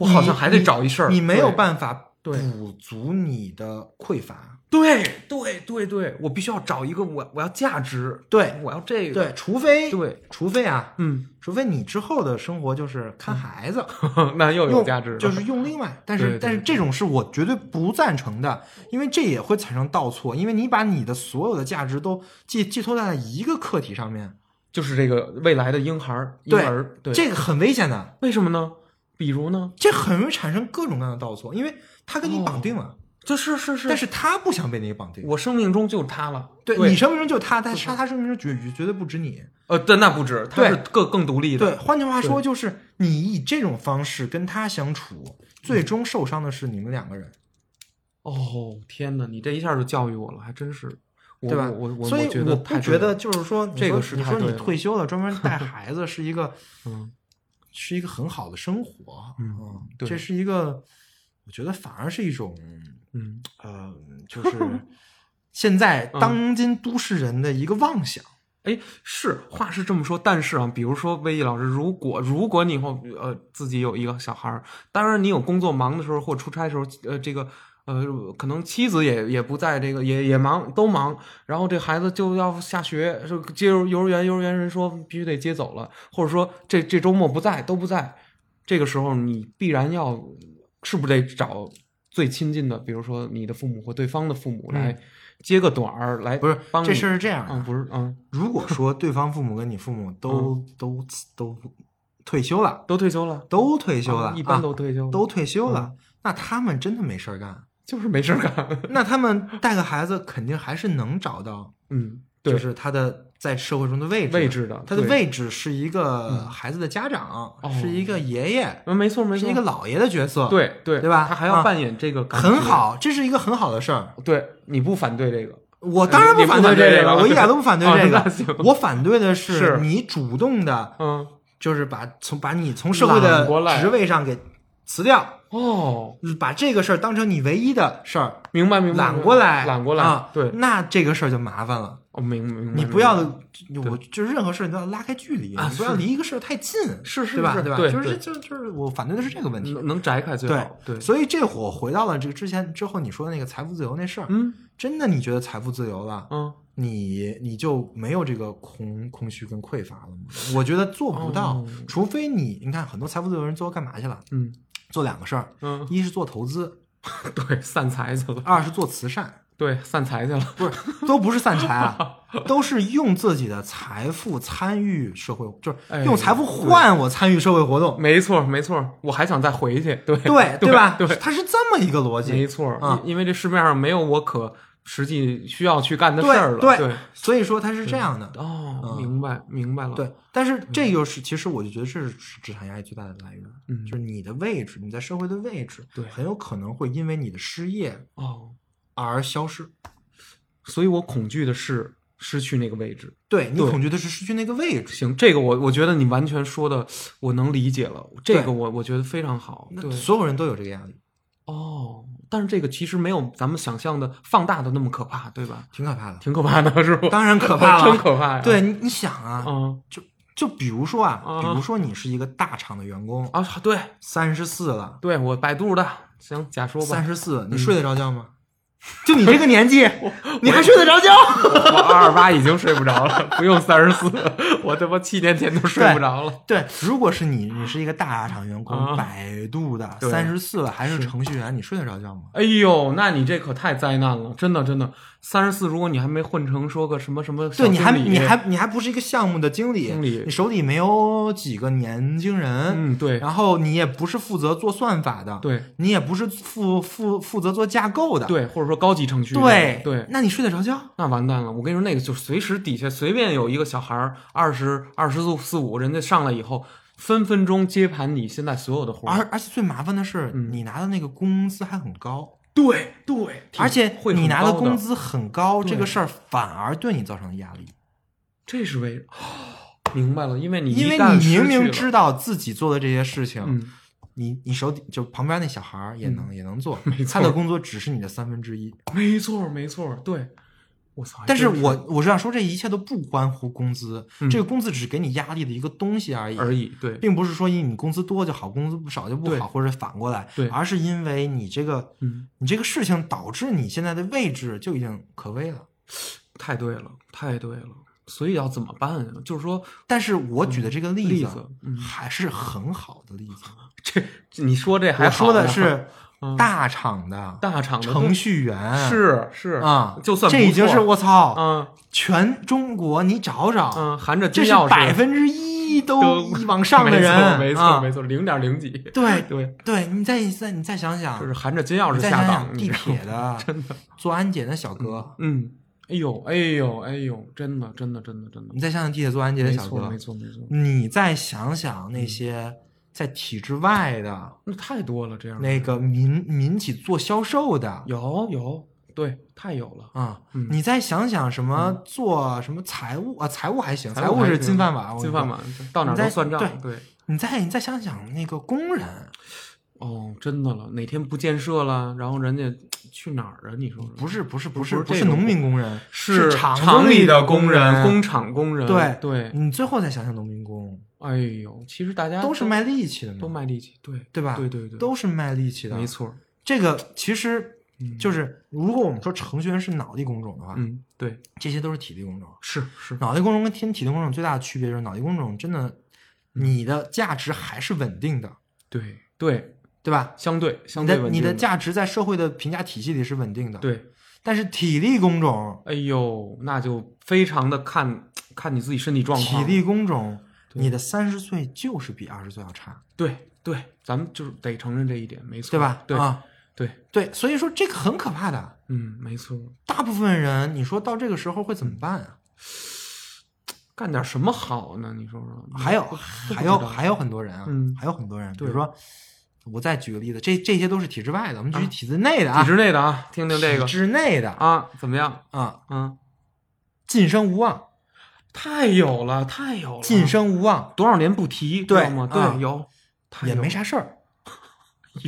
我好像还得找一事儿。你没有对办法对补足你的匮乏，对对对对，我必须要找一个我我要价值，对我要这个。对，除非对，除非啊，嗯，除非你之后的生活就是看孩子， [LAUGHS] 那又嗯有用价值了，就是用 [LAUGHS] 另外，但对是对但是这种是我绝对不赞成的，因为这也会产生倒错，因为你把你的所有的价值都寄寄托在了一个课题上面，就是这个未来的婴孩儿婴对儿，对，这个很危险的，为什么呢？比如呢？这很容易产生各种各样的倒错，因为他跟你绑定了，就是是哦是，但是他不想被你绑定，我生命中就是他了。对对你生命中就他，但是他他生命中绝绝对不止你，呃，但那不止，他对是更更独立的。对，换句话说就是你以这种方式跟他相处，嗯最终受伤的是你们两个人。哦，天哪！你这一下就教育我了，还真是，我对吧？我我所以我觉我得不太觉对得了就是说，你这说个是你太说你对了退休了，专门带孩子是一个嗯是一个很好的生活，嗯对这是一个，我觉得反而是一种，嗯，呃，就是 [LAUGHS] 现在当今都市人的一个妄想。哎，是话是这么说，但是啊，比如说魏毅老师，如果如果你以后呃自己有一个小孩儿，当然你有工作忙的时候或出差的时候，呃，这个。呃，可能妻子也也不在，这个也也忙，都忙。然后这孩子就要下学，就接幼幼儿园，幼儿园人说必须得接走了，或者说这这周末不在，都不在。这个时候你必然要，是不是得找最亲近的，比如说你的父母或对方的父母来接个短儿，来嗯不是帮这你事儿是这样的嗯，不是，嗯，如果说对方父母跟你父母都都都退休了，都退休了，都退休啊了，一般啊都嗯退休了，都退休了，那他们真的没事儿干。就是没事儿干。 [LAUGHS] 那他们带个孩子，肯定还是能找到嗯，对，就是他的在社会中的位置，位置的他的对嗯位置是一个孩子的家长，哦是一个爷爷，嗯，没错没是错，一个姥爷的角色，，对对对吧他还啊要扮演这个，很。好，这是一个很好的事儿。对，你不反对这个？我当然呃你不你不反反对对这这个，个我一点都不反对哦这那行个，我反对的是是你主动的，嗯，就是把从把你从社会的揽过来职位上给辞掉，哦，把这个事儿当成你唯一的事儿，明白明白，揽过来，揽嗯过来，啊，对，那这个事儿就麻烦了。哦，明明白，你不要明白，我就是任何事儿你都要拉开距离，啊你不要是离一个事儿太近，是是对吧？是对吧？对就是对就就是我反对的是这个问题。能能摘开最对好，对，所以这会儿回到了这个之前之后你说的那个财富自由那事儿，嗯真的你觉得财富自由了，嗯，你你就没有这个空空虚跟匮乏了吗？我觉得做不到，哦除非你你看很多财富自由人最后干嘛去了？嗯做两个事儿， [LAUGHS] 嗯，一是做投资，对，散财去了，二是做慈善。对，散财去了，不是，都不是散财 [LAUGHS] 啊，都是用自己的财富参与社会，就是哎用财富换我参与社会 [LAUGHS] 活动，没错没错，我还想再回去，对对对吧？ [LAUGHS] 对，它是这么一个逻没辑。错啊，因因为这市面上没有我可实际需要去干的事儿对了，对，所以说它是这样的。哦嗯，明白明白了，对，但是这个是，其实我就觉得这是职场压力最大的来源，嗯就是你的位置，你在社会的位置，对很有可能会因为你的失业哦，而消失。所以我恐惧的是失去那个位置。对你对恐惧的是失去那个位置，行，这个我我觉得你完全说的，我能理解了。这对个我我觉得非常好。那对，所有人都有这个压力，哦，但是这个其实没有咱们想象的放大的那么可怕，对吧？挺可怕的。挺可怕的，是不？当然可怕了 [LAUGHS] 真可怕呀！对，你，你想啊，嗯就就比如说啊，啊比如说你是一个大厂的员工，啊，对三十四了，对，我百度的，行，假说吧嗯三，十四，你睡得着觉 [LAUGHS] 吗？就你这个年纪， [LAUGHS] 你还睡得着觉？我二十八已经睡不着了，不用三十四，我他妈七年前都睡不着了。对，如果是你，你是一个大厂员工，啊百度的，对三十四了还是是程序员，你睡得着觉吗？哎呦，那你这可太灾难了，真的真的。三十四，如果你还没混成说个什么什么小对，你还经理你还你还不是一个项目的经理，经理你手里没有几个年轻人，嗯，对然后你也不是负责做算法的，对你也不是负负负责做架构的，对，或者说高级程序对员对，那你睡得着觉？那完蛋了！我跟你说，那个就随时底下随便有一个小孩儿，二十二十四五，人家上来以后，分分钟接盘你现在所有的活而儿。而且最麻烦的是，嗯你拿的那个工资还很高，对对，而且会你很拿高的工，资很高，对这个事儿反而对你造成压力，这是为哦明白了，因为你因为一旦你明失去明了知道自己做的这些事情，嗯，你你手底就旁边那小孩儿也能、也能做，没他错的工作只是你的三分之一。没错没错，对，我操！还但是真我我是想说，这一切都不关乎工资，嗯这个工资只是给你压力的一个东西而已。而已，对并不是说因为你工资多就好，工资不少就不对好，或者反过来，对而是因为你这个，嗯你这个事情导致你现在的位置就已经可危了。太对了，太对了。所以要怎么办呀？啊就是说，但是我举的这个例例子,、子嗯还是很好的例子。这你说这还我说的好呀是嗯大厂的大厂的程序员，是是啊，就算这不已经错是我操，嗯全中国你找找，嗯，含着这金是钥匙百分之一都往上的人，没错没错,、啊没错，零点零几，对对，对，你再再你再想想，就是含着金钥匙你再下想岗，想你地知道吗铁的做安检的小哥，嗯，哎呦哎呦哎呦，真的真的真的真的你，再想想地铁做安检的嗯没小错嗯哥没，错没错，你再想想那些在体制外的那太多了这样的那个民民企做销售的，有有对，太有了，啊，嗯你再想想什么做什么财务啊，财务还行，财务务还是行金饭碗，我金跟你饭说。碗到哪你儿再都算账，对对。你再你再想想那个工人，哦，真的了，哪天不建设了，然后人家去哪儿啊？你说说不是不是不是是不这是种农民工人，是厂厂子里的工人，工厂工人，对对，你最后再想想农民工，哎呦，其实大家嗯都是卖力气的嘛，都卖力气，对对吧？对对对，都是卖力气的。没，错，这个其实嗯就是，如果我们说程序员是脑力工种的话，嗯，对，这些都啊是体力工种。是是，脑力工种跟天体力工种最大的区别就是，脑力工种真的你的价值还是稳定的，对对，对吧？相对相你对的稳你定的的价值在社会的评价体系里是稳定的，。对，但是体力工种，哎呦，那就非常的看看你自己身体状体况了，力工种，对你的三十岁就是比二十岁要差，对对，咱们就是得承认这一点，没错，对吧？对啊，对，对，所以说这个很可怕的。嗯，没错，大部分人，你说到这个时候会怎么办啊？干点什么好呢？你说说，还有不还嗯不有知道还有很多人啊，嗯还有很多人，比对如说，我再举个例子，这这些都是体制外的，我们举体制内的啊，体制内的啊，听听这个体制内的啊啊，怎么样？啊，嗯，晋升无望，哦太有了，太有了，晋升无望，多少年不提，知对道吗？啊对，有，太也有没了啥事儿，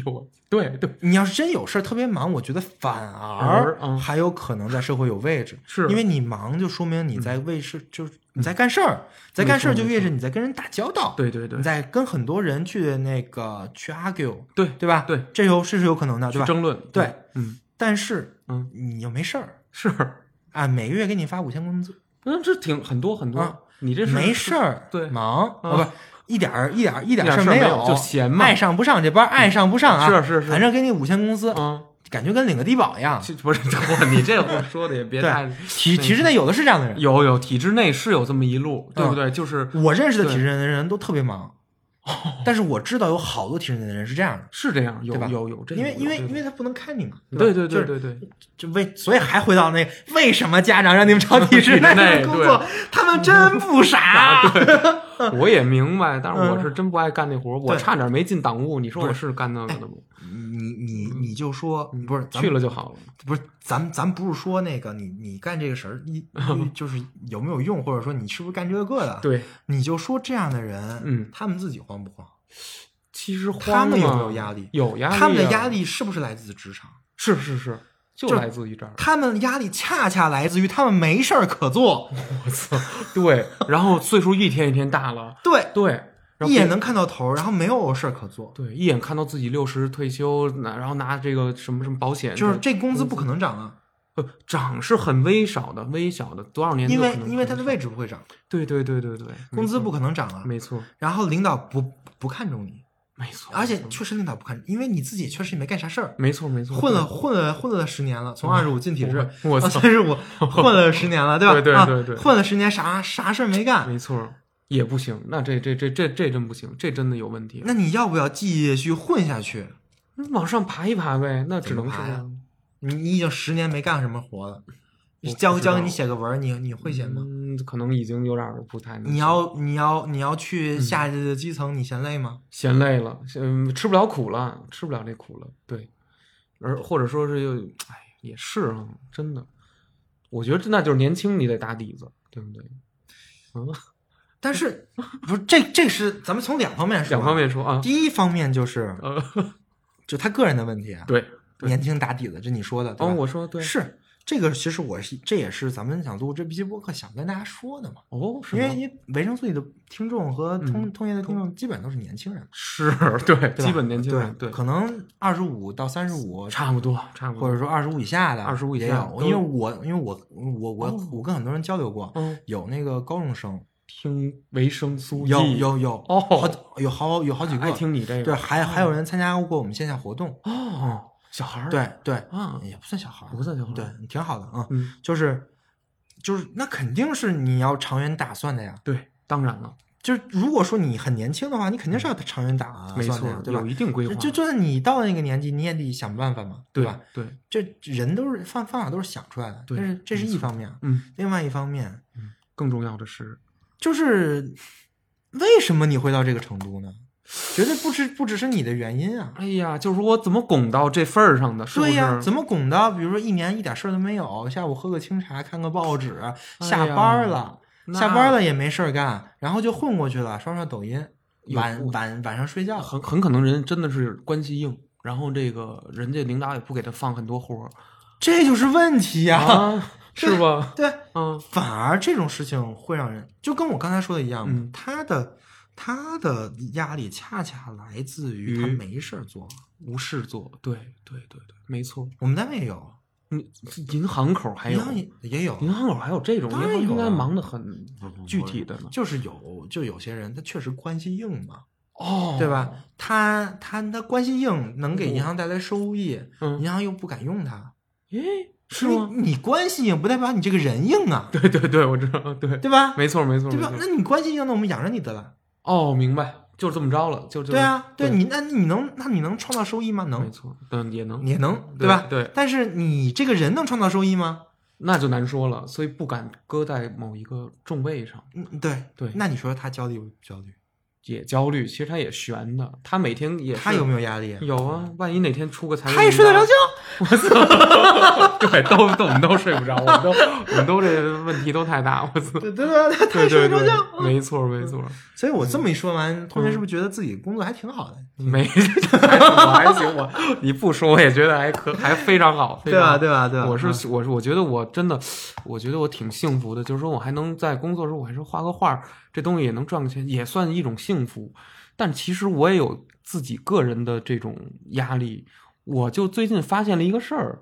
有，啊对对，你要是真有事儿特别忙，我觉得反而而嗯还有可能在社会有位置，是嗯因为你忙就说明你在为事，就是你在干事儿，在干事儿就意味着你在跟人打交道，对对对你在跟很多人去那个去 argue，对对吧？对，这有这是有可能的，对去吧？争论，对，嗯但是嗯你又没事儿是，啊，每个月给你发五千工资，嗯这挺很多很啊多，你这是没事儿，对忙啊啊不。一点儿一点儿一点一点事儿儿没没有就闲嘛嗯爱上不上这班，爱上不上啊，是是是反正给你五千工资，嗯，感觉跟领个低保一样。其不是 [LAUGHS] 你这话说的也别对太体体制内有的是这样的人，有有体制内是有这么一路，嗯对不对？就是我认识的体制内的人都特别忙，哦但是我知道有好多体制内的人是这样的，是这样，有对吧有有这个因有，为因为对因为他不能看你嘛，对吧对对，对对，就就为所以还回到那个为什么家长让你们找体制 [LAUGHS] 体制内的内啊工作，他们真不 [LAUGHS] 傻，我也明白，但是嗯我是真不爱干那活儿，我对差点没进党务。你说我是干那个的吗？你你你就说不是嗯咱去们了就好了。不是咱咱不是说那个你你干这个事儿 [LAUGHS] 你就是有没有用，或者说你是不是干这个的，对，你就说这样的人，嗯他们自己慌不慌？其实慌他们有啊没有压力有压力啊，他们的压力是不是来自职场？是是是，就就是来自于 [LAUGHS] 这儿。他们压力恰恰来自于他们没事儿可做，我操，对，然后岁数一天一天大了，对，对，然后一眼别嗯能看到头儿，然后没有事儿可做，对一眼看到自己六十退休，那然后拿这个什么什么保险，就是这工资不可能涨啊了，呃涨是很微少的，微小的，多少年因都为可能因为他的涨位置不会涨，对对对对对，没工资错不可能涨了，没错然后领导不不看重你，没错，而且没错确实领导不看，因为你自己也确实也没干啥事儿，没错没错混了混了混了十年了，从二十五进体制，嗯 [LAUGHS] 我我到操三十五混了十年了，对吧？对对啊对嗯对混了十年啥啥事儿没干，没错，也不行。那这这这这这真不行，这真的有问题。那你要不要继续混下去？那往上爬一爬呗，那只能是怎么这爬呀样。你你已经十年没干什么活了，我不教知道教给你写个文儿，你你会写吗？嗯，可能已经有点儿不太能你要你要你要嗯去下基层，你嫌累吗？嫌累了，嗯，吃不了苦了，吃不了这苦了。对，而或者说是又，哎，也是啊，真的，我觉得那就是年轻，你得打底子，对不对？嗯，[LAUGHS] 但是不是这这是咱们从两方面说，两方。面说啊，第一方面就是呃，就他个人的问题啊，对，对年轻打底子，这你说的，对哦，吧？我说对，是这个，其实我是这也是咱们想录这期播客想跟大家说的嘛，哦，是嗯因吗为因为维生素里的听众和通通业的听众基本都是年轻人，是对，对吧基本年轻人对，可能二十五到三十五差不多，差不多，或者说二十五以下的， 25以下也有，都因为我因为我我我、哦我跟很多人交流过，嗯，有那个高中生，听维生素 E，有有有哦好几有好有好几爱个，听你这个，对，还还有人参加过我们线下活动，哦，小孩儿，对对，啊，也不算小孩儿，不算小孩儿对，挺好的啊，嗯，就是就是那肯定是你要长远打算的呀，对，当然了，就是如果说你很年轻的话，你肯定是要长远打嗯啊没啊算的错呀，，对吧有？一定规划，就就算你到那个年纪，你也得想办法嘛，对吧？？对，这人都是方方法都是想出来的，对但是这是一方面，嗯，另外一方面，更重要的是，就是为什么你会到这个程度呢？绝对不只不只是你的原因啊！哎呀，就是我怎么拱到这份儿上的，是不对是？呀、怎么拱到？比如说一年一点事儿都没有，下午喝个清茶，看个报纸，下班了，哎那下班了也没事儿干，然后就混过去了，刷刷抖音，有晚晚晚上睡觉。很很可能人真的是关系硬，然后这个人家领导也不给他放很多活儿这就是问题呀、啊，是吧？ [LAUGHS] 对，嗯，反而这种事情会让人就跟我刚才说的一样嘛，嗯他的他的压力恰恰来自于他于没事儿做。无事做，对对对对，没错。我们单位也有，你银行口还有银，行也也有，银行口还有这种，银当然行应有啊该忙得很具体的呢。就是有，就有些人他确实关系硬嘛，哦，对吧？？他他他关系硬，能给银行带来收益，嗯银行又不敢用他，诶，是因为吗？你关系硬不代表你这个人硬啊，对对对，我知道，对，对吧？没错没错，对吧？没错那你关系硬，那我们养着你得了。哦，明白，就这么着了，就就对啊，对对你，那你能，那你能创造收益吗？没能，错，嗯，也能，也能，对吧？对，但是你这个人能创造收益吗？那就难说了，所以不敢搁在某一个重位上，嗯，对对那你说他焦虑不焦虑？也焦虑。其实他也悬的，他每天也是他有没有压力？有啊？万一哪天出个财务他也睡得着觉，对，都都我们都睡不着，我们都我们都这问题都太大，我操！对对对，他对对太睡不对着，觉。没错没错，所以我这么一说嗯完，同学是不是觉得自己工作还挺好的？没， [LAUGHS] 我还行，我你不说我也觉得还可还非常好，非对常好吧？对吧？对吧？我嗯是我是我觉得我真的，我觉得我挺幸福的，就是说我还能在工作的时候我还是画个画，这东西也能赚个钱，也算一种幸福。但其实我也有自己个人的这种压力。我就最近发现了一个事儿，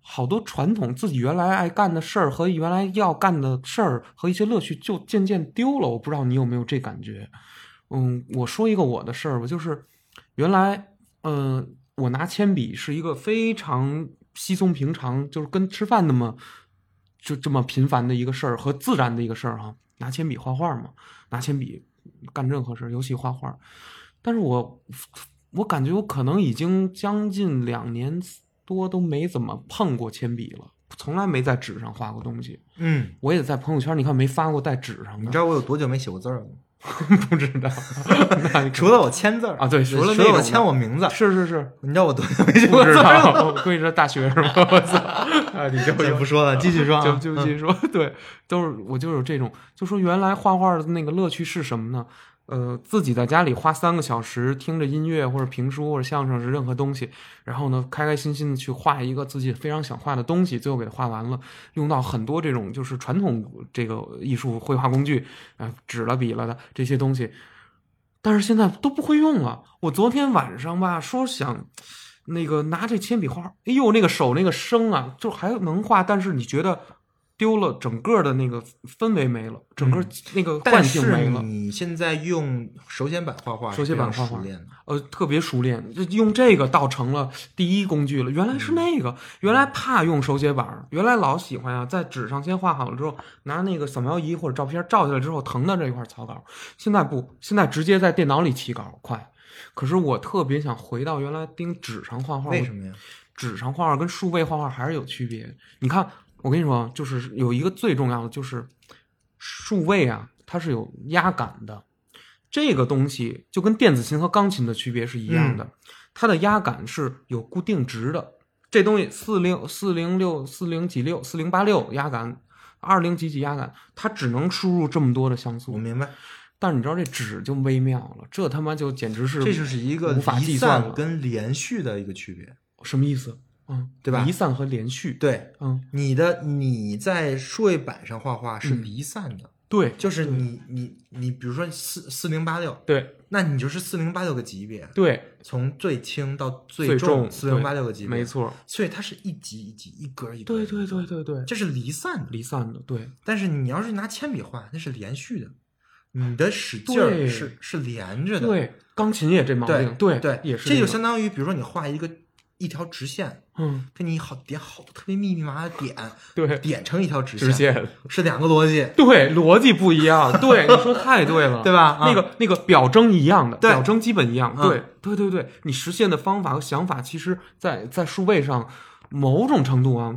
好多传统自己原来爱干的事儿和原来要干的事儿和一些乐趣就渐渐丢了。我不知道你有没有这感觉？嗯，我说一个我的事儿吧，就是原来，嗯、我拿铅笔是一个非常稀松平常，就是跟吃饭那么就这么频繁的一个事儿和自然的一个事儿、哈。拿铅笔画画嘛，拿铅笔干任何事儿，尤其画画。但是我我感觉我可能已经将近两年多都没怎么碰过铅笔了，从来没在纸上画过东西。嗯，我也在朋友圈，你看没发过在纸上你的知，道我有多久没写过字儿了吗？不知道。 [LAUGHS] 那你除了我签字儿啊对除了那除了种我的签我名字，是是是，你知道我 [LAUGHS] 多久没写不过字知儿了吗？道， [LAUGHS] 我估计是大学是吧？我操， [LAUGHS] 啊，你就就不说了，继续说啊，就就继嗯续说，对，都是我就有这种，就说原来画画的那个乐趣是什么呢？呃，自己在家里花三个小时听着音乐或者评书或者相声是任何东西，然后呢，开开心心的去画一个自己非常想画的东西，最后给它画完了，用到很多这种就是传统这个艺术绘画工具，啊、纸了笔了的这些东西，但是现在都不会用了。我昨天晚上吧，说想那个拿这铅笔画，哎呦，那个手那个生啊，就还能画，但是你觉得丢了整个的那个氛围没了，整个那个惯嗯但性没是了，你现在用手写板画画是手写非板常画画熟练的，呃，特别熟练，就用这个倒成了第一工具了。原来嗯是那个，原来怕用手写板儿，原来老喜欢啊，在纸上先画好了之后，拿那个扫描仪或者照片照下来之后，腾到这一块儿草稿。现在不，现在直接在电脑里起稿，快。可是我特别想回到原来盯纸上画画，为我什么呀？纸上画画跟数位画画还是有区别。你看，我跟你说啊，就是有一个最重要的，就是数位啊，它是有压感的。这个东西就跟电子琴和钢琴的区别是一样嗯的，它的压感是有固定值的。这东西四零四零六四零几六四零八六压感，二零几几压感，它只能输入这么多的像我素。明白，但是你知道这纸就微妙了，这他妈就简直是这就是一个无法离计算散了跟连续的一个区别。什么意思？嗯，对吧离散和连续，对，嗯，你的你在数位板上画画是离散的，对，就是你你你，比如说四四零八六，对，那你就是四零八六个级别，对，从最轻到最最重，重四零八六个级别，没。错，所以它是一级一级，一格一格。对对对，对对，这是离散的。离散的，对但是你要是拿铅笔画，那是连续的，你的使劲儿对是是连着的。对，钢琴也这毛对病，对对，也是这就个相当于，比如说你画一个一条直线，嗯，跟你好点好特别密密麻麻的点，对，点成一条直线，直线，啊是两个逻辑。对，逻辑不一样，对，你说太对了， [LAUGHS] 对吧啊那个那个表征一样的，对表征基本一样，嗯对对对对，你实现的方法和想法，其实在在数位上。某种程度啊，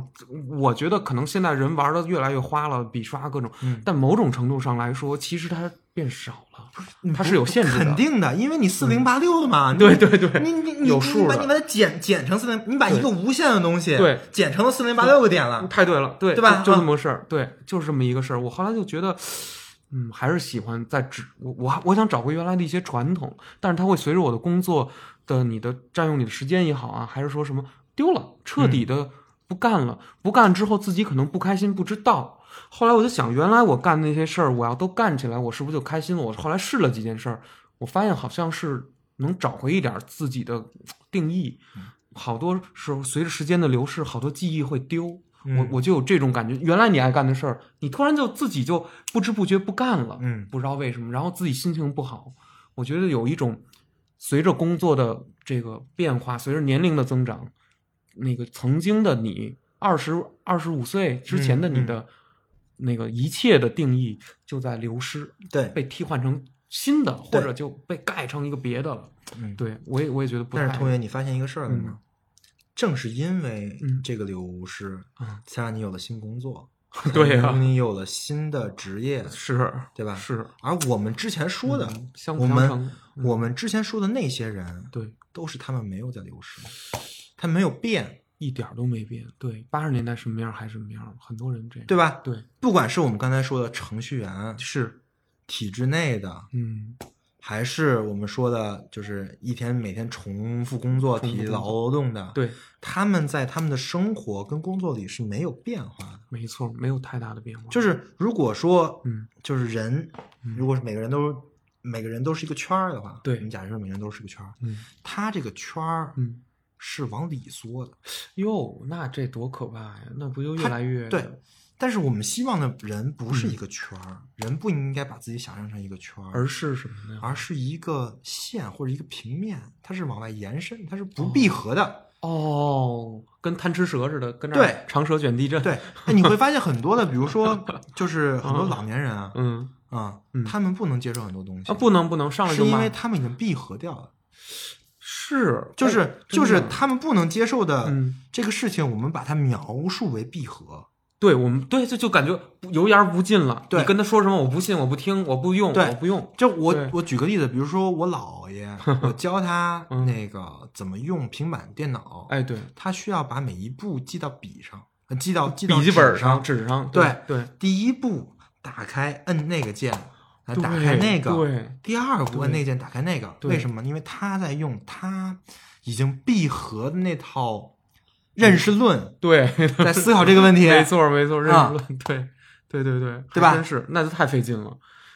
我觉得可能现在人玩的越来越花了，笔刷各种，嗯但某种程度上来说，其实它变少 [LAUGHS] 了，你它不是有限制的，嗯肯定的，因为你四零八六的嘛，你对对对，你你你有你数把的你把它减减成四零，你把一个无限的东西对减成了四零八六个点了，嗯太对了，对啊对吧就就啊这么个事儿，对，就是这么一个事儿。我后来就觉得，嗯，还是喜欢在纸，我我我想找回原来的一些传统，但是它会随着我的工作的你的占用你的时间也好啊，还是说什么丢了，彻底的不干了，不干之后自己可能不开心，不知道。后来我就想，原来我干那些事儿，我要都干起来，我是不是就开心了？我后来试了几件事儿，我发现好像是能找回一点儿自己的定义。好多时候，随着时间的流逝，好多记忆会丢。我嗯我就有这种感觉，原来你爱干的事儿，你突然就自己就不知不觉不干了，嗯不知道为什么，然后自己心情不好。我觉得有一种随着工作的这个变化，随着年龄的增长，那个曾经的你，二十二十五岁之前的嗯你的、那个一切的定义就在流失，对，被替换成新的，或对者就被盖成一个别的了。嗯对我也我也觉得不但是太同学，你发现一个事儿了吗？正是因为嗯这个流失，嗯才让你有了新工作， [LAUGHS] 对啊让你有了新的职业，是对吧？是嗯而我们之前嗯说的，相辅我相们成，嗯我们之前说的那些人，对都是他们没有在流失，他没有变，一点儿都没变。对，八十年代什么样还是什么样，很多人这样。对吧？对，不管是我们刚才说的程序员、是，体制内的，嗯，还是我们说的，就是一天每天重复工作、重复体力工作劳动的，，对，他们在他们的生活跟工作里是没有变化的。没错，没有太大的变化。，就是是如果说，嗯，就是人，嗯如果是每个人都每个人都是一个圈儿的话，对我们假设每个人都是个圈儿，嗯他这个圈儿嗯，是往里缩的，哟，那这多可怕呀！那不就越他来越对。但是我们希望的人不是一个圈儿，人不应该把自己想象成一个圈儿，嗯而是什么呢？而是一个线或者一个平面，它是往外延伸，它是不闭合的。哦，跟贪吃蛇似的，跟这对长蛇卷地震。，对，哎你会发现很多的，比 [LAUGHS] 如说就是很多老年人啊，嗯啊、嗯他们不能接受很多东西啊，不能不能，上来是就因骂为。他们已经闭合掉了，是，就是、哎就真是的他们不能接受的嗯，这个事情，我们把它描述为闭合。对我们对这就感觉不油盐不进了。对你跟他说什么，我不信，我不听，我不用，对我不用。就我对我举个例子，比如说我 [LAUGHS] 姥爷，我教他嗯那个怎么用平板电脑，哎，对，他需要把每一步记到笔上，呃记到记到笔记本纸上、纸上，对，第一步打开摁那个键，来对打开那个；对，第二步对摁那个键打开那个。对为什么？因为他在用他已经闭合的那套嗯认识论对， [LAUGHS] 在思考这个问题。没错没错，认识啊论，对对对对，对吧还真是，那就太费劲了，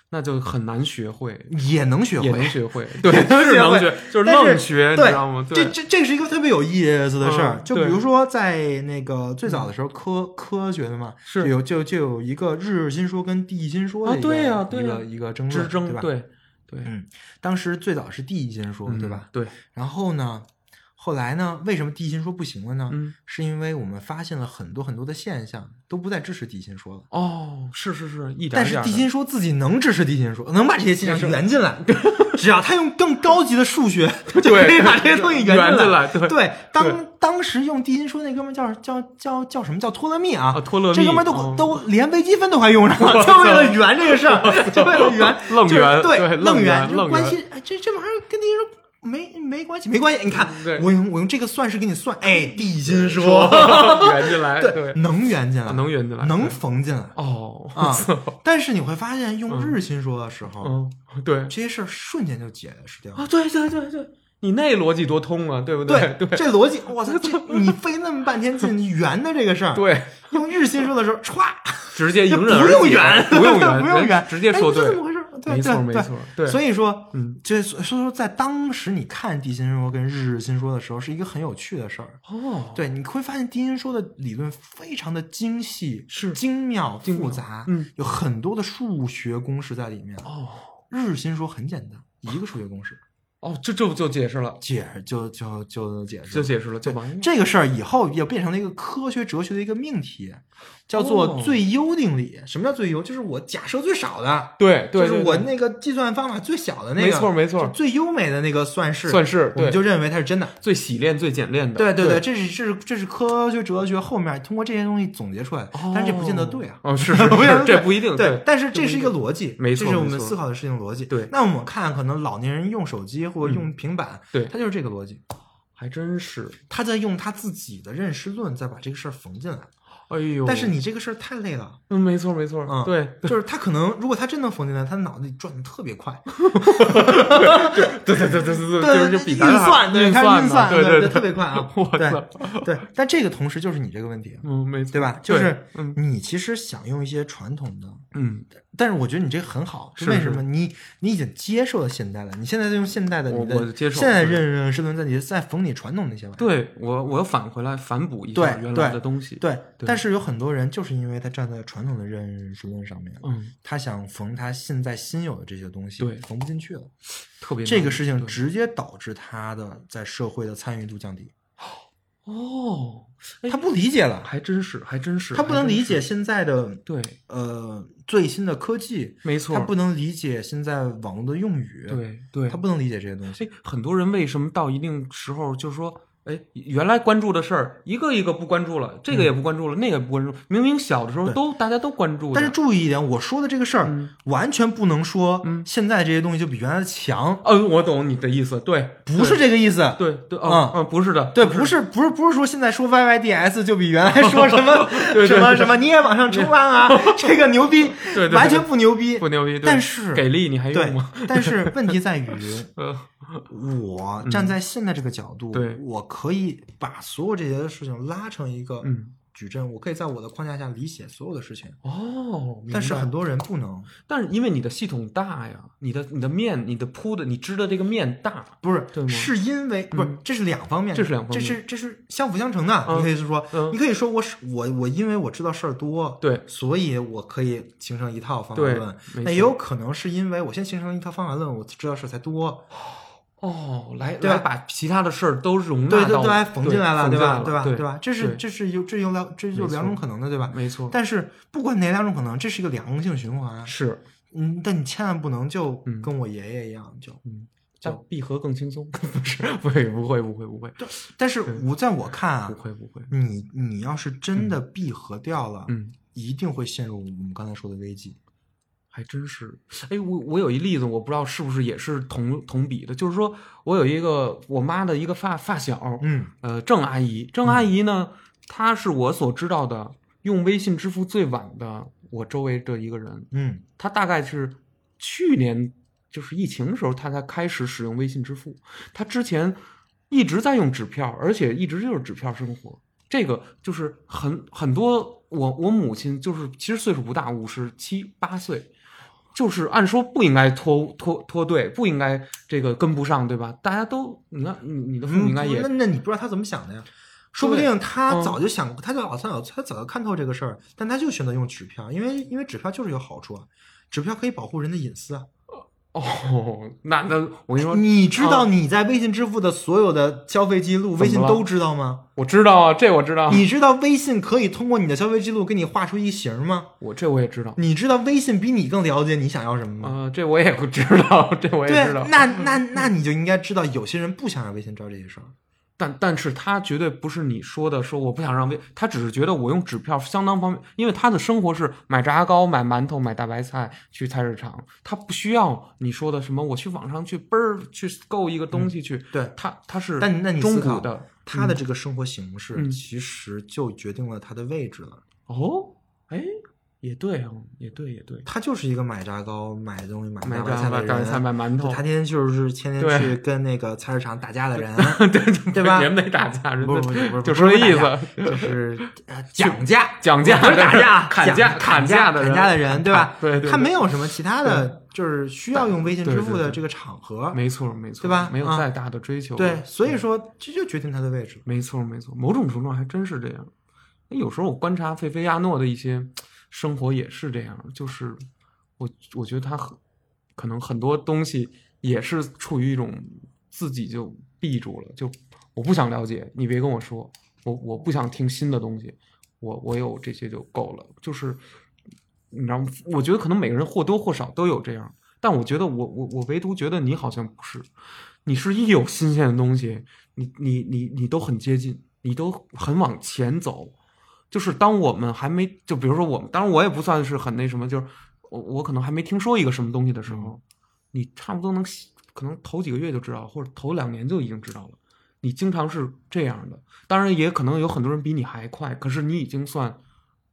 那就很难学会，也能学也能会。学 [LAUGHS] 会，对，也能是学能会学，就是但是愣学，你对知道吗？这对，这这是一个特别有意思的事儿，嗯就比如对说在那个最早的时候，科科学的嘛，是就有就就有一个日心说跟地心说啊的一个、对呀对一呀个一个争论之争对，吧？对对，嗯，当时最早是地心说，嗯对吧？？对，然后呢，后来呢，为什么地心说不行了呢？嗯，是因为我们发现了很多很多的现象都不再支持地心说了。哦，是是是，一点但一是点地的心说自己能支持地心说，能把这些现是象圆进来， [LAUGHS] 只要他用更高级的数学 [LAUGHS] 就可以把这些东西圆进来，对对，对当当时用地心说那哥们儿叫叫叫叫什么叫托勒密啊？啊，托勒密这哥们儿都、哦都连微积分都快用上了，就为了圆这个事 [LAUGHS] 儿，就为了圆，愣就是圆对，对愣愣圆就是愣关圆系哎这这玩意儿跟地心说没没关系，没关系。你看对，我用我用这个算式给你算，哎，地心说， [LAUGHS] 圆进来， [LAUGHS] 对，啊能圆进来，能圆进来，能对缝进来哦， [LAUGHS] 啊。但是你会发现，用日心说的时候， [LAUGHS] 嗯， [LAUGHS] 对这些事儿瞬间就解释掉了。啊，对对对对，你那逻辑多通啊，对不 [LAUGHS] 对对这逻辑，我 [LAUGHS] 操，这你费那么半天劲圆的这个事儿，对，用日心说的时候，歘，直接迎刃 [LAUGHS] 不而用解圆，不用圆， [LAUGHS] 不用圆，直接哎说这对怎么，回事？对没错对没对错，对，所以以说，嗯，这所所以说，在当时你看地心说跟日日心说的时候，是一个很有趣的事儿。哦，，对，你会发现地心说的理论非常的精细、是精妙、精妙复杂，嗯，有很多的数学公式在里面。哦日心说很简单，一个数学公式哦，这这就解释了，解就就就解释就了。解释了，就完了，这个事儿以后也变成了一个科学哲学的一个命题，叫做哦最优定理。什么叫最优？就是我假设最少的，对对，就是对我对那个计算方法最小的那个，没错没错就最优美的那个算式，算式我对们就认为它是真的。最洗练、最简练的，对对对对，，这是这是这是科学哲学后面通过这些东西总结出来的，哦但是这不见得对啊。哦， [LAUGHS] 是是不见是得，这不一 [LAUGHS] 定，对对，，但是这是一个逻辑，没错这是我没们错思考的事情逻辑。对嗯那我们看，可能老年人用手机或者用平板，对他就是这个逻辑，还真是，他在用他自己的认识论再把这个事儿缝进来。哎呦，但是你这个事儿太 [LAUGHS] 累了，嗯，没错没错，嗯对， [LAUGHS] 就是他可能如果他真能缝进来，他脑子里转的特别快，对对对对对对 [LAUGHS] 就是就比 [LAUGHS] 运咱俩算，对，啊运开始运算算，呢，对对，对，！特别快啊 [LAUGHS] 我操，对对，但这个同时就是你这个问题，嗯，没错，对吧？就是嗯你其实想用一些传统的，嗯，但是我觉得你这个很好，是为是什么？你你已经接受了现代了，你现在在用现代的，我你我的接受现在对认认识论在你在缝你传统那些玩意儿。对我我要返回来反哺一下对原来对的东西，对，对但是有很多人就是因为他站在传统的认识论上面，嗯，他想缝他现在新有的这些东西，对缝不进去了。特别这难个事情对直接导致他的在社会的参与度降低，哦，哎他不理解了，还真是还真是，他不能还真理是解，现在的对，呃最新的科技，没错，他不能理解现在网络的用语，对对他，不能理解这些东西。哎，很多人为什么到一定时候就说哎，原来关注的事儿一个一个不关注了，这个也不关注了，那个也不关注。明明小的时候对都大家都关注的，但是注意一点，我说的这个事儿、嗯完全不能说现在这些东西就比原来的强，呃，我懂你的意思，对，不是这个意思。对，对对，嗯嗯嗯，不是的，对，不是不是，不是，不是说现在说 YYDS 就比原来 [LAUGHS] 说什么对对什对么什么，你也往上冲 [LAUGHS] 浪啊，这个牛逼，对对完全不牛逼。不牛逼，对但是给力你还对用吗？，但是问题在 [LAUGHS] 于，呃，我站在现在这个角度，嗯对我可以把所有这些事情拉成一个嗯，矩阵，我可以在我的框架下理解所有的事情。哦，但是明白很多人不能，但是因为你的系统大呀，你的你的面，你的铺的，你织的这个面大，不是对，吗是因为不是嗯，这是两方面，这是两方面这是这是相辅相成的。嗯你可以是说，嗯你可以说我是我我因为我知道事儿多，对所以我可以形成一套方法对论。没那也错有可能是因为我先形成一套方法论，我知道事儿才多，哦，来对吧来把其他的事儿都容纳对对到对，缝进来了，对对吧？缝对进吧？来了对吧？这是这是有这有两这没有两错嗯种可能的，对吧？没错，但是不管哪两种可能，这是一个良性循环。是嗯，但你千万不能就嗯跟我爷爷一样，就嗯，就但闭合更轻松，不是？不会不会不会不会但是我在我看啊不，会不会，你你要是真的闭合掉了，嗯，一定会陷入我们刚才说的危机。还真是。哎，我我有一例子，我不知道是不是也是同同比的，就是说我有一个我妈的一个发发小，嗯呃，郑阿姨，郑阿姨呢，她是我所知道的用微信支付最晚的我周围的一个人。嗯她大概是去年就是疫情的时候，她才开始使用微信支付。她之前一直在用纸票，而且一直就是纸票生活。这个就是很很多我我母亲就是其实岁数不大，五十七八岁。就是按说不应该拖拖拖队，不应该这个跟不上，对吧？大家都，你看你你的父母嗯应该也嗯那那你不知道他怎么想的呀？说不定他早就想，他就老早他早就看透这个事儿，但他就选择用纸票，因为因为纸票就是有好处啊，纸票可以保护人的隐私啊。哦，那那我跟你说，你知道你在微信支付的所有的消费记录，微信怎么了都知道吗？我知道啊，这我知道，你知道微信可以通过你的消费记录给你画出一形吗？我这我也知道，你知道微信比你更了解你想要什么吗？呃，这我也知道，这我也对知道，，那那那你就应该知道，有些人不想让微信知道这些事儿。但但是他绝对不是你说的，说我不想让微，他只是觉得我用纸票相当方便，因为他的生活是买炸糕、买馒头、买大白菜，去菜市场，他不需要你说的什么，我去网上去嘣儿去购一个东西去，对，他他是嗯但那你中思古考的他的这个生活形式嗯其实就决定了他的位置了。哦，哎，也对啊，也对也对，他就是一个买炸糕、买东西、买买大白炸菜买的大白菜、人。买馒就头他，天天就是天对天去跟那个菜市场打架 [LAUGHS] 的人，对对吧也没打架，人不家是不是不是，就不说这是意打架思，就是呃讲价，讲价不是打架，砍价价，砍价的的人的人，对吧？对对对他没有什么其他的，就是需要用微信对支对付对的对这个场合，没错没错，对吧没有啊再大的追求了，嗯对，所以说这就决定他的位置了。没错没错，某种程度上还真是这样。哎有时候我观察菲菲亚诺的一些生活也是这样，就是我我觉得他很可能很多东西也是处于一种自己就闭住了，就我不想了解，你别跟我说，我我不想听新的东西，我我有这些就够了。就是你知道吗，我觉得可能每个人或多或少都有这样，但我觉得我我我唯独觉得你好像不是，你是一有新鲜的东西，你你你你都很接近，你都很往前走。就是当我们还没就比如说我们，当然我也不算是很那什么，就是我我可能还没听说一个什么东西的时候，你差不多能可能头几个月就知道，或者头两年就已经知道了。你经常是这样的，当然也可能有很多人比你还快，可是你已经算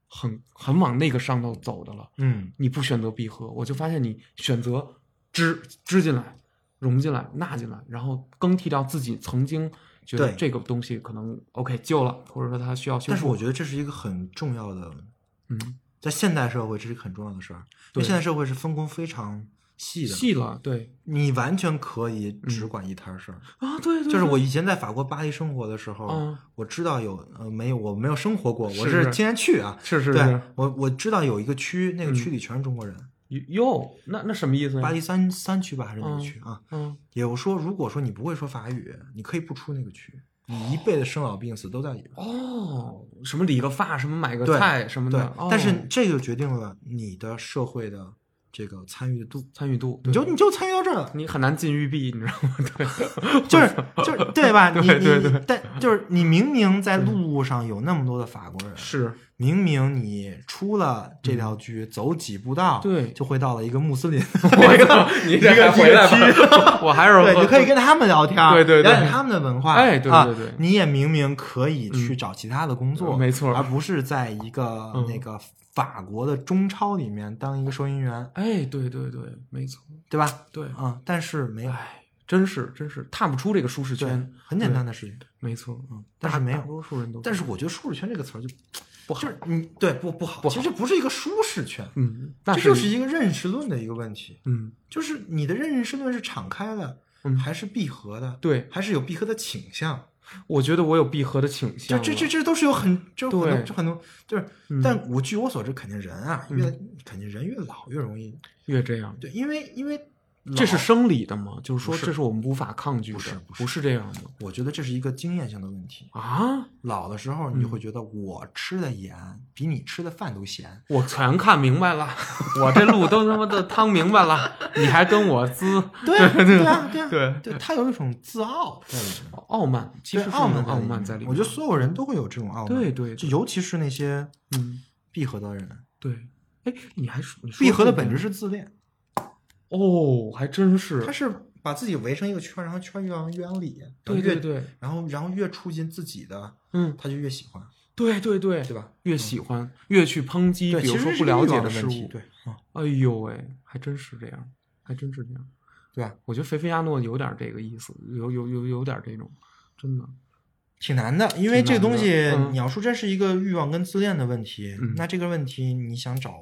很很往那个上头走的了。嗯，你不选择闭合，我就发现你选择织织进来、融进来、纳进来，然后更替掉自己曾经觉得对这个东西可能 OK 旧了，或者说它需要修复。但是我觉得这是一个很重要的，嗯，在现代社会这是一个很重要的事儿，因对为现代社会是分工非常细的，细了，对你完全可以只管一摊事儿。啊，对对，就是对我以前在法国巴黎生活的时候，嗯我知道有呃没有我没有生活过，我是是是今天去啊。是是对是，嗯我我知道有一个区，那个区里全是中国人，哟，那那什么意思呀？巴黎三三区吧还是哪个区啊？嗯，有说如果说你不会说法语，你可以不出那个区，你一辈子生老病死都在里边。哦，什么理个发，什么买个对菜什么对的，哦但是这就决定了你的社会的这个参与度，参与度，你就你就参与到这儿了，你很难进玉璧，你知道吗？ [LAUGHS] 就是就是对吧？你对对你对但就是你明明在路上有那么多的法国人，是，明明你出了这条街走几步道，嗯对就会到了一个穆 [LAUGHS] 斯林， [LAUGHS] 我靠，你这还回来吧？我还是对，你可以跟他们聊天，对对对了解他们的文化，哎对啊对对你也明明可以去找其他的工作，嗯没错而不是在一个嗯那个法国的中超里面当一个收银员，哎，对对对，没错，对吧？对，啊，但是没有，哎，真是真是踏不出这个舒适对圈，，很简单的事情，没错，嗯，但是没有大多数人都但是我觉得舒适圈这个词儿就不好就是你对不不好，不好其实这不是一个舒适圈，嗯，那这就是一个认识论的一个问题，嗯就是你的认识论是敞开的，嗯，还是闭合的，对，还是有闭合的倾向？我觉得我有闭合的倾就向了，这这这都是有很就很多对就很多就是，嗯但我据我所知，肯定人啊越肯定人越老越容易越这样，对，因为因为老这是生理的吗？就是说不是这是我们无法抗拒的，不是不不是是这样的我觉得这是一个经验性的问题。啊！老的时候，你就会觉得我吃的盐比你吃的饭都 [LAUGHS] 咸，我全看明白了， [LAUGHS] 我这路都他妈的趟明白了，你还跟我滋对啊对啊对啊对对，他有一种自傲在里面。傲慢，其对实是傲有慢傲里慢面在里面。我觉得所有人都会有这种傲慢，对对就尤其是那些嗯，闭合的人，对。哎，你还说你说闭合的这本个质是自恋，哦，还真是他，是把自己围成一个圈，然后圈越往越往里，然后对越对对，然后然后越促进自己的，嗯，他就越喜欢，对对对，对吧？越喜欢越去抨击，对，比其如实说是不一个了欲解望的事问物，题。对，啊哎呦喂，还真是这样，还真是这样。对啊吧？我觉得菲菲亚诺有点这个意思，有有有有点这种，真的。挺难的，因为挺这个难东的西，嗯你要说真是一个欲望跟自恋的问题，嗯那这个问题你想找，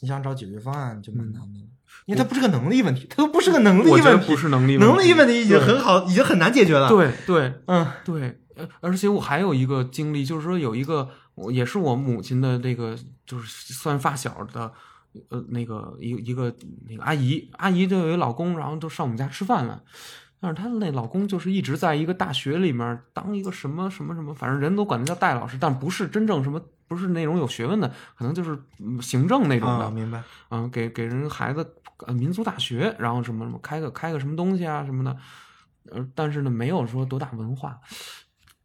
你想找解决方案就蛮嗯难的，因为它不是个能力问题，它都不是个能力我觉得问题，不是能力能力力问题已经对很好，已经很难解决了。，对对嗯，对，呃而且我还有一个经历，就是说有一个，我也是我母亲的这个，就是算发小的，呃，那个一一个那个阿姨，阿姨就有一老公，然后都上我们家吃饭来。但是她那老公就是一直在一个大学里面当一个什么什么什么，反正人都管他叫戴老师，但不是真正什么，不是那种有学问的，可能就是嗯行政那种的。啊，明白。嗯，给给人孩子呃民族大学，然后什么什么开个开个什么东西啊什么的，呃，但是呢没有说多大文化。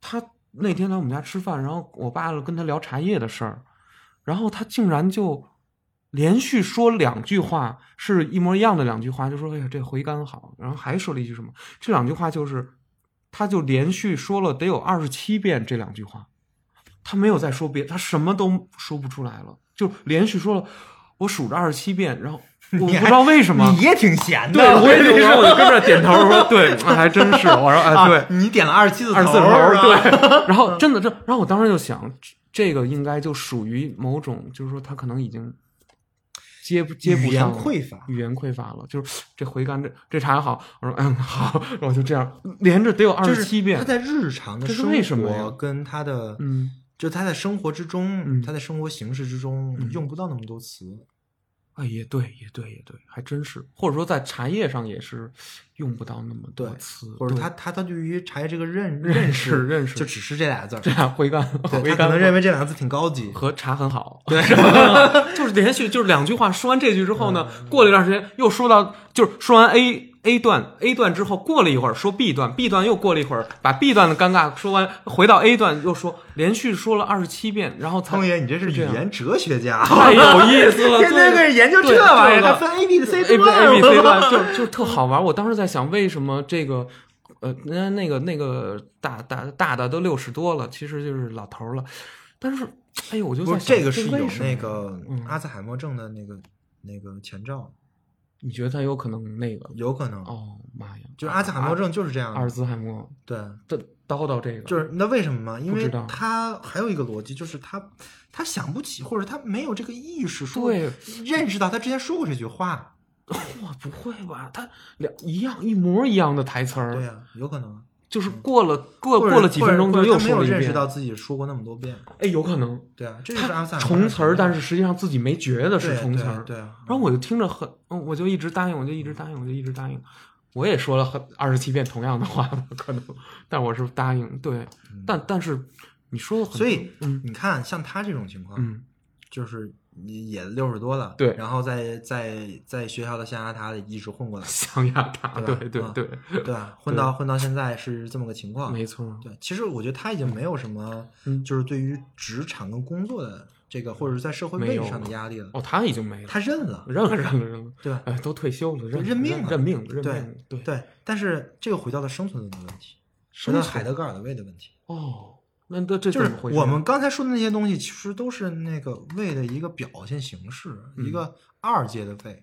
他那天来我们家吃饭，然后我爸跟他聊茶叶的事儿，然后他竟然就连续说两句话，是一模一样的两句话，就说哎呀这回甘好，然后还说了一句什么，这两句话就是，他就连续说了得有二十七遍这两句话。他没有再说别，他什么都说不出来了，就连续说了，我数着二十七遍， [LAUGHS] 然后我不知还道为什么你，也挺闲的，对，我也跟你就说我就跟着点头我说，对，啊还真是，我说哎，对啊，，你点了二十七次二十四头头儿，啊是吧，对， [LAUGHS] 然后真的这，然后我当时就想，这这个应该就属于某种，就是说他可能已经接不接语不言上了匮乏，语言匮乏了，就是这回甘这这茶好，我说嗯好，我就这样连着得有二就十是七他遍，在日常的这是生为什么呀活跟他的，嗯，就他在生活之中，嗯他在生活形式之中用不到那么多词，啊，也对，也对，也对，还真是，或者说在茶叶上也是用不到那么多对词，或者对他他他对于茶叶这个认认识认识就只是这俩字儿，这样回甘，对回他可甘能认为这两个字挺高级，和茶很好， [LAUGHS] 对， [LAUGHS] 就是连续就是两句话，说完这句之后呢，嗯过了一段时间又说到，就是说完 A A 段 A 段之后，过了一会儿说 B 段，B 段又过了一会儿，把 B 段的尴尬说完，回到 A 段又说，连续说了二十七遍，然后才汤爷，你这是语这样言哲学家， [LAUGHS] 太有意思了， [LAUGHS] 天天对跟人研究对这玩意这儿，个他分 A B 的 C A B A B 段 [LAUGHS] C 段，就就特好玩。我当时在想，为什么这个呃，那那个那个大大大大都六十多了，其实就是老头儿了。但是，哎呦，我就不在是想这个是为有什么那呀个嗯阿兹海默症的那个那个前兆，你觉得他有可能那个？有可能哦啊妈呀，就是阿兹海默症就是这样阿尔的，兹海默，对，这叨叨这个，就是那为什么嘛？因不为知道他还有一个逻辑，就是他他想不起，或者他没有这个意识说对认识到他之前说过这句话，哇，不会吧？他两一样一模一样的台词对儿，呀、有可能。就是过了过或者过了几分钟或就又者或者他说没有了一认识遍。到自己说过那么多遍，哎，有可能对啊，这就是阿他兹海默重症词儿，但是是实际上自己没觉得是重词儿。对啊。然后我就听着很，嗯，我就一直答应，我就一直答应，我就一直答应。我也说了很二十七遍同样的话吧，可能，但我是答应，对，但但是你说的很，嗯所以嗯你看，像他这种情况，嗯就是也六十多了，对然后在在在学校的象牙塔里一直 [LAUGHS] 混过来，象牙塔，对对吧对嗯对，对吧？混到混到现在是这么个情况，没错，对，其实我觉得他已经没有什么，嗯就是对于职场跟工作的这个，或者是在社会没位有置上了的压力了，哦，他已经没了，他认了，认了认了认了，对吧？哎，都退休了，认认命认了认命了认对命了，对，对，但是这个回到了生存论的问题，什回么到海德格尔的胃的问题，哦，那这这就怎是么回事？啊我们刚才说的那些东西，其实都是那个胃的一个表现形式，嗯一个二阶的胃，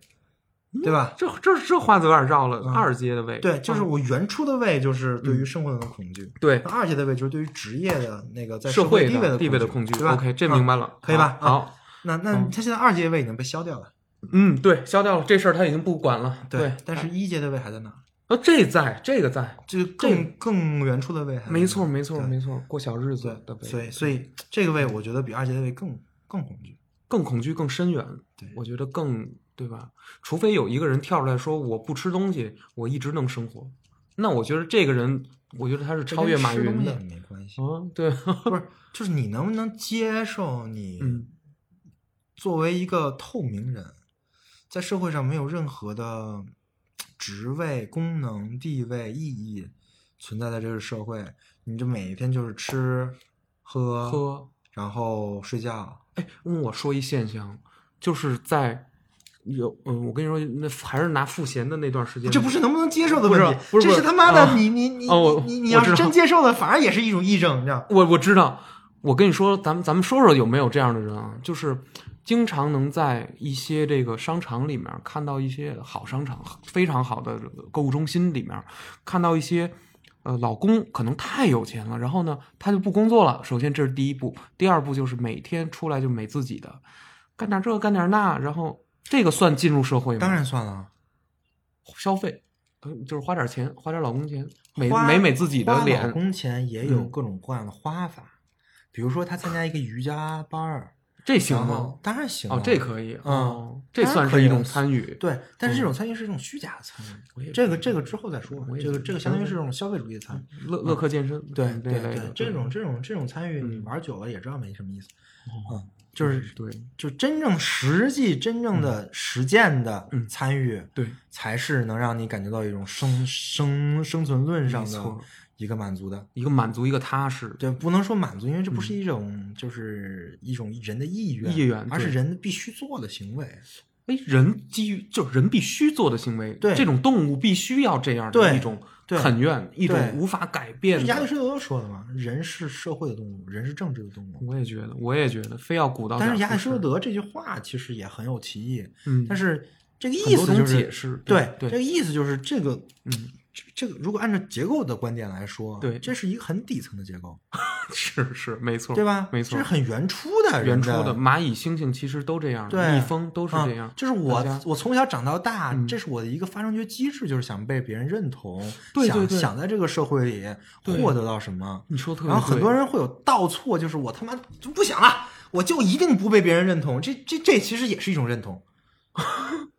对吧？这这这话都有点绕了，嗯二阶的位，对，就是嗯我原初的胃就是对于生活的恐惧，对那二阶的胃就是对于职业的那个在社会地地位的位的恐恐对吧 OK，这嗯明白嗯了，啊可以吧啊好，好那那他现在二阶位已经被消掉了，嗯，对，消掉了这事儿，他已经不管了，对，但是一阶的位还在哪儿？啊，这在这个在，就更更原初的位还在没错那儿没错嗯对没错，过小日子的对，位，所以所以这个位我觉得比二阶的位更更恐惧。更恐惧更深远，对我觉得更对吧？除非有一个人跳出来说我不吃东西，我一直能生活，那我觉得这个人，我觉得他是这超跟越马吃东云西也的，没关系，嗯，对，不是，就是你能不能接受你嗯作为一个透明人，在社会上没有任何的职位、功能、地位、意义存在在这个社会，你就每一天就是吃喝，喝。然后睡觉，哎，跟我说一现象，就是在有嗯，我跟你说，那还是拿赋闲的那段时间，这不是能不能接受的不问是题，不是不这是是他妈的啊你、你你啊我你你我要知是道真接受了，反而也是一种癔症，你知道？我我知道，我跟你说，咱们咱们说说有没有这样的人啊？就是经常能在一些这个商场里面看到一些好商场、非常好的购物中心里面看到一些。呃，老公可能太有钱了，然后呢，他就不工作了。首先这是第一步，第二步就是每天出来就美自己的，干点这干点那，然后这个算进入社会吗？当然算了，消费，呃就是花点钱，花点老公钱，美花美美自己的花老脸，公钱也有嗯各种各样的花法，比如说他参加一个瑜伽班儿，这行然吗后？当然行哦了，这可以，嗯哦，这当然算可是以一了种参与。对，但是这种参与是一种虚假的参我嗯也与，这个这个之后再说吧我，也这个这个相当于是觉嗯一种消费主义的参与，乐乐客健身，对嗯对这类的对，这种这种这种参与嗯你玩久了也知道没什么意思，哦嗯，就是对就真正实际真正的实践的嗯参与，对，才是能让你感觉到一种生生生存论上没的错一个满足的。一个满足，一个踏实。对，不能说满足，因为这不是一种、就是一种人的意愿，嗯意愿而是对人必须做的行为。哎，人基于就是人必须做的行为，对这种动物必须要这样的对一种对肯愿，一种对无法改变亚里的。士多德说的嘛，人是社会的动物，人是政治的动物。我也觉得，我也觉得，非要鼓捣点但儿不是是。亚里士多德这句话其实也很有歧义，嗯，但是这个很意多思种就是解释，对对这个意思就是这个，嗯，这这个如果按照结构的观点来说，对这是一个很底层的结构， [LAUGHS] 是是没错，对吧？没错这是，很原初的人原初的的蚂蚁、猩猩其实都这样，对蜜蜂都是这样啊。就是大家我我从小长到大，嗯这是我的一个发生觉机制，就是想被别人认同，对对对想想在这个社会里对获得到什么。你说得特别然后很对多人会有倒错，就是我他妈就不想了，我就一定不被别人认同。这这这其实也是一种认同，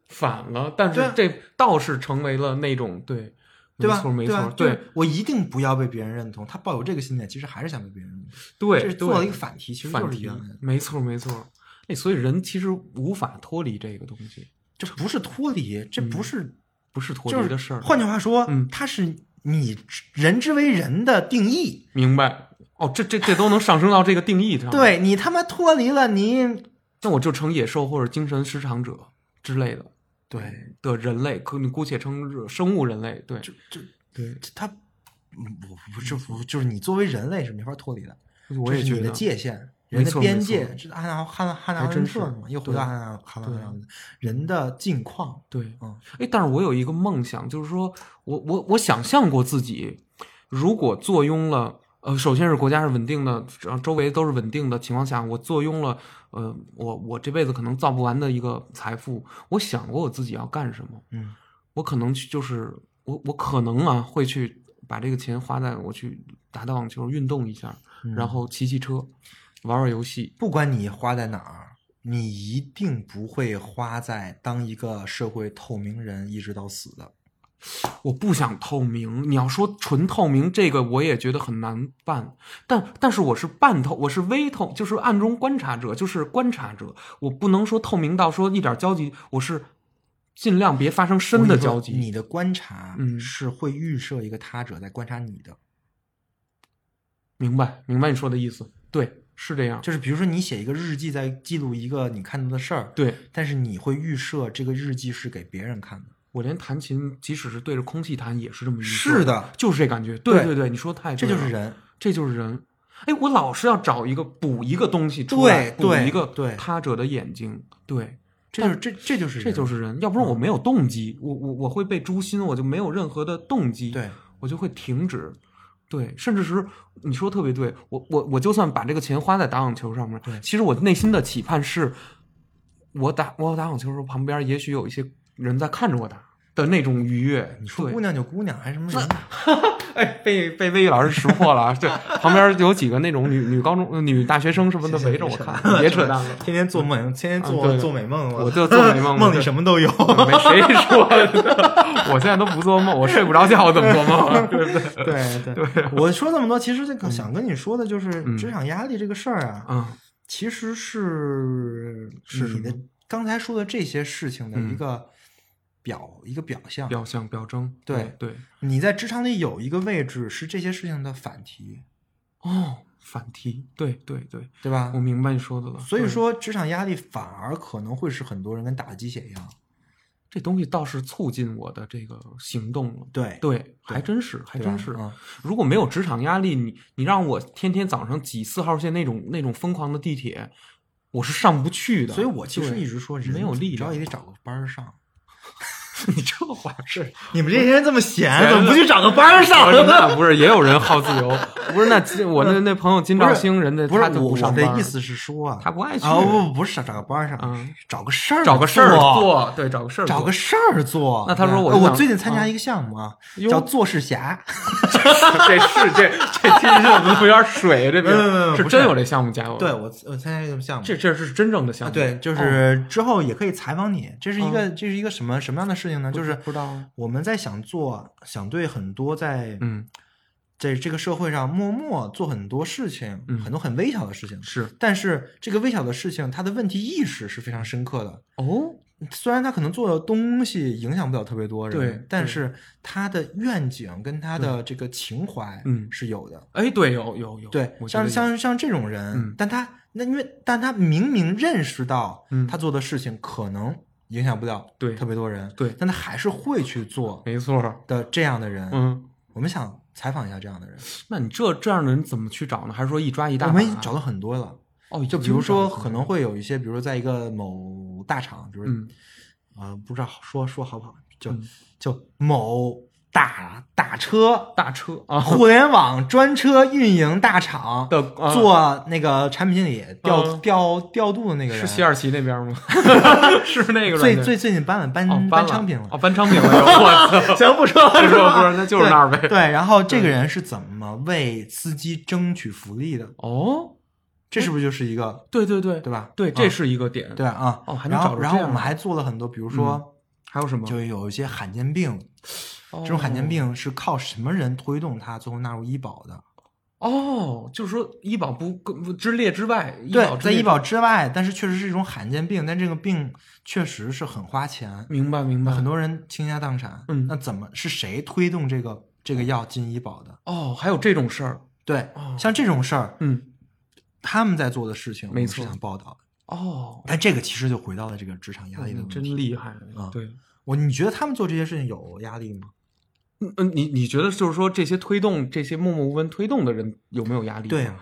反了，但对是啊这倒是成为了那种对，对吧？没错没对吧错，就是对我一定不要被别人认同。他抱有这个信念，其实还是想被别人认同。这对是做了一个对，反题，其实反就是一题样的，，没错没错。哎，所以人其实无法脱离这个东西，这不是脱离，这不是不是脱就嗯离是的事儿。换句话说，嗯它是你人之为人的定义。明白？哦，这这这都能上升到这个定义上。， [LAUGHS] 对你他妈脱离了你，那我就成野兽或者精神失常者之类的对，的人类，可你姑且称生物人类。对就就对，他，嗯我不是我就是你作为人类是没法脱离的，我也这是觉你的得界限，没人的错边没错界，这是汉娜汉娜汉还娜阿伦真是特嘛，又回对到汉娜汉娜阿对啊伦特人的境况，对。嗯，哎，但是我有一个梦想，就是说我我我想象过自己，如果坐拥了，呃，首先是国家是稳定的，然后周围都是稳定的情况下，我坐拥了，呃，我我这辈子可能造不完的一个财富，我想过我自己要干什么，嗯，我可能去就是我我可能啊会去把这个钱花在我去打打网球、运动一下，嗯然后骑骑车，玩玩游戏，不管你花在哪儿，你一定不会花在当一个社会透明人一直到死的，我不想透明。你要说纯透明，这个我也觉得很难办。但但是我是半透，我是微透，就是暗中观察者，就是观察者。我不能说透明到说一点交集，我是尽量别发生深的交你集。的观察嗯是会预设一个他者在观察你的，明白，明白你说的意思。对，是这样。就是比如说你写一个日记，在记录一个你看到的事儿，对但是你会预设这个日记是给别人看的。我连弹琴，即使是对着空气弹，也是这么一个是的，就是这感觉。对对对，你说得太这对就是了人，这就是人。哎，我老是要找一个补一个东西出对来，补对一个对他者的眼睛，对，这就是这这嗯就是这就是是人。要不然我没有动机，我我我会被诛心，我就没有任何的动机，对，我就会停止，对，甚至是你说得特别对，我我我就算把这个钱花在打网球上面对，其实我内心的期盼是，我打我打网球的时候，旁边也许有一些人在看着我打的那种愉悦，你说对姑娘就姑娘，还什么人？啊哎，被被威宇老师识破了啊！对，旁边有几个那种女女高中、呃女大学生什么的围着我看，别扯 [LAUGHS] 淡了，天天做梦，天天啊做对做美梦，我就做 [LAUGHS] 美梦梦里什么都有。没谁说的。我现在都不做梦，我睡不着觉，我怎么做梦 [LAUGHS] 啊？对不对？对对啊嗯我说这么多，其实这个想跟你说的就是嗯职场压力这个事儿啊，嗯其实是是你的什刚才说的这些事情的一嗯个表、一个表象。表象表征，对对，你在职场里有一个位置是这些事情的反题，哦，反题，对对对，对吧我？明白你说的了。所以对说，职场压力反而可能会使很多人跟打了鸡血一样。这东西倒是促进我的这个行动了。对，对，还真是，还对吧真是。嗯如果没有职场压力，你你让我天天早上挤四号线那种那种疯狂的地铁，我是上不去的。所以我其实对一直说，没有力只要量也。得找个班儿上。你这话是 [LAUGHS] 你们这些人这么闲，闲怎么不去找个班儿上？那不是也有人好自由？不是那金我那那朋友金兆星人家不是他就我我上的班意，思是说啊，他不爱去 [LAUGHS] 啊不不是找个班儿上嗯，找个事儿找个事儿做，做，对，找个事儿找个事事儿做。那他说对我呃就我想最近参加啊一个项目啊，哟叫做事侠。这是这这听着怎么有点水？啊这没有没有没有边是不真是有这项目家伙？对，我我参加一个项目，哦这这是真正的项啊，目。对，就哦是之后也可以采访你。这是一个，这是一个什么什么样的事情呢？嗯不就是不知道啊我们在想做，想对很多在嗯在这个社会上默默做很多事情，嗯很多很微小的事情，是但是这个微小的事情，它的问题意识是非常深刻的。哦，虽然他可能做的东西影响不了特别多人，对但对是他的愿景跟他的这个情怀，嗯是有的。哎，对，有有有，对，我觉像得有像像这种人，嗯但他那因为但他明明认识到嗯他做的事情可能影响不了对特别多人，对但他还是会去做没错儿，的这样的人，嗯，我们想采访一下这样的人，那你这这样的人怎么去找呢？还是说一抓一大我把啊？们找到很多了，哦，就已比经如说找到可能会有一些，比如说在一个某大厂，比如、嗯呃不知道说说好不好，就、嗯就某大大车大车啊，互联网专车运营大厂的啊做那个产品经理调、嗯调调度的那个人，是西二旗那边 [LAUGHS] 吗？是不是那个啊最软件最最近搬了搬、哦搬搬昌平了。哦，搬昌平了，我操！[LAUGHS] [LAUGHS] 行，不说了，不说吧不说那就是那儿呗对对，然后这个人是怎么为司机争取福利的？哦，这是不是就是一个对对对对吧？对，这是一个点。对啊。哦还能然找后着然后这我样们的嗯还做了很多，比如说还有什么？就有一些罕见病，哦这种罕见病是靠什么人推动它最后纳入医保的？哦，就是说医保不不之列之外，医对，保在医医保之外，但是确实是一种罕见病，但这个病确实是很花钱，明白明白很多人倾家荡产。嗯那怎么是谁推动这个这个药进医保的？哦，还有这种事儿，对哦，像这种事儿，嗯，他们在做的事情，我没们是错想报道的。哦，但这个其实就回到了这个职场压力的问嗯真题。厉害啊对，我你觉得他们做这些事情有压力吗？嗯嗯，你你觉得就是说这些推动这些默默无闻推动的人有没有压力？啊对呀、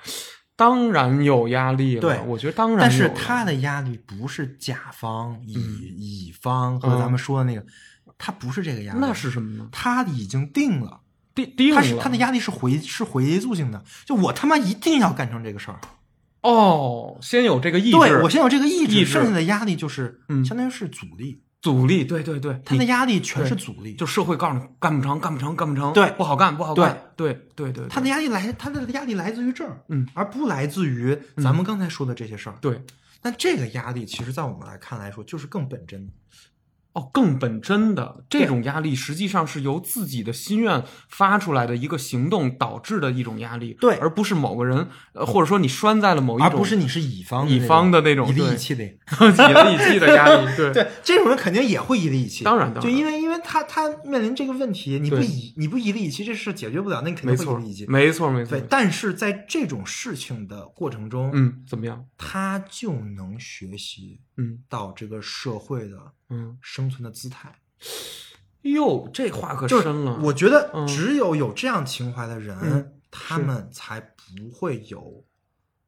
当然有压力了。对我觉得当然有啊嗯了。但是他的压力不是甲方、乙乙方和咱们说的那个，他不是这个压力，嗯那是什么呢？他已经定了，定定他是了，他的压力是回是回溯性的，就我他妈一定要干成这个事儿，哦，先有这个意志，对我先有这个意志，意志剩下的压力就是、嗯相当于是阻力，阻力，对对对，他的你压力全是对阻力，就社会告诉你干不成，干不成，干不成，对不好干，不好干，对对对对，他的压力来他的压力来自于这儿，嗯，而不来自于咱们刚才说的这些事儿。对那这个压力，其实在我们来看来说，就是更本真的。哦更本真的这种压力，实际上是由自己的心愿发出来的一个行动导致的一种压力，对而不是某个人，呃或者说你拴在了某一而种，不是 [LAUGHS] 你是乙方乙方的那种一力对一气的。己的己的压力， [LAUGHS] 对对，这种人肯定也会一力一气。当然当就然因为因为他他面临这个问题，你不对一你不一力一气，这事解决不了，那你肯没定会错一力一气。没错没错对，，但是在这种事情的过程中，嗯，怎么样？他就能学习嗯到这个社会的嗯，生存的姿态。哟，这话可就深是了，我觉得嗯只有有这样情怀的人，嗯他是们才不会有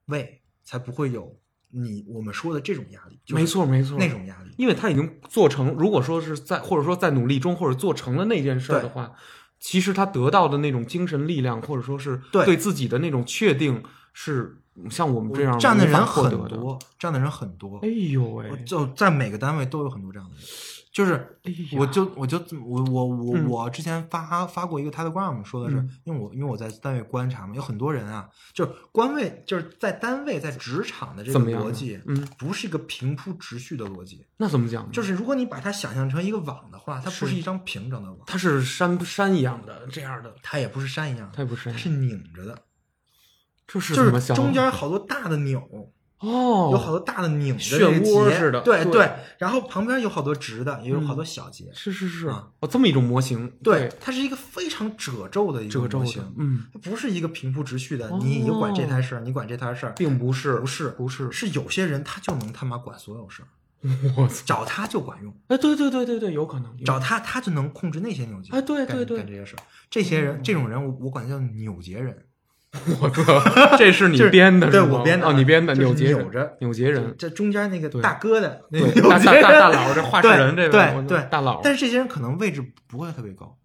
畏，才不会有你我们说的这种压力。就是没错没错，那种压力。因为他已经做成，如果说是在或者说在努力中，或者做成了那件事儿的对话，其实他得到的那种精神力量，或者说是对对自己的那种确定，是像我们这样这样的无法人获很得的。多，这样的人很多哎。呦喂我，就在每个单位都有很多这样的人，就是哎呀我就我就我我我嗯我之前发发过一个 Telegram，说的是嗯因为我因为我在单位观察嘛，有很多人啊，就是官位就是在单位在职场的这个怎么样呢逻辑，嗯，不是一个平铺直叙的逻辑，那怎么讲呢？就是如果你把它想象成一个网的话，它不是是一张平整的网，它是山山一样的这样的，它也不是山一样，它也不是它山，是拧着的，这是怎就么是想？中间好多大的钮，哦，有好多大的拧着漩那个涡结似的对对嗯然后旁边有好多直的，也有好多小节，是是是，啊哦，这么一种模型，对，它是一个非常褶皱的一这个个周模的型，，嗯，它不是一个平铺直叙的，哦你有管这摊事儿，你管这摊事儿，并不是，不是不是，是有些人他就能他妈管所有事儿， [LAUGHS] 我操，找他就管用，哎，对对对对对，有可能，有找他他就能控制那些扭结，哎对干对哦对干这些事儿，这些人这种人我我管他叫扭结人，我靠， [LAUGHS] 这是你就是编的是对吗，我编的哦，你编的就是扭结扭着人，扭结人，这中间那个对大哥的那对个大扭结大人大大佬这话事对人这位我对对大佬但是这些人可能位置不会特别高，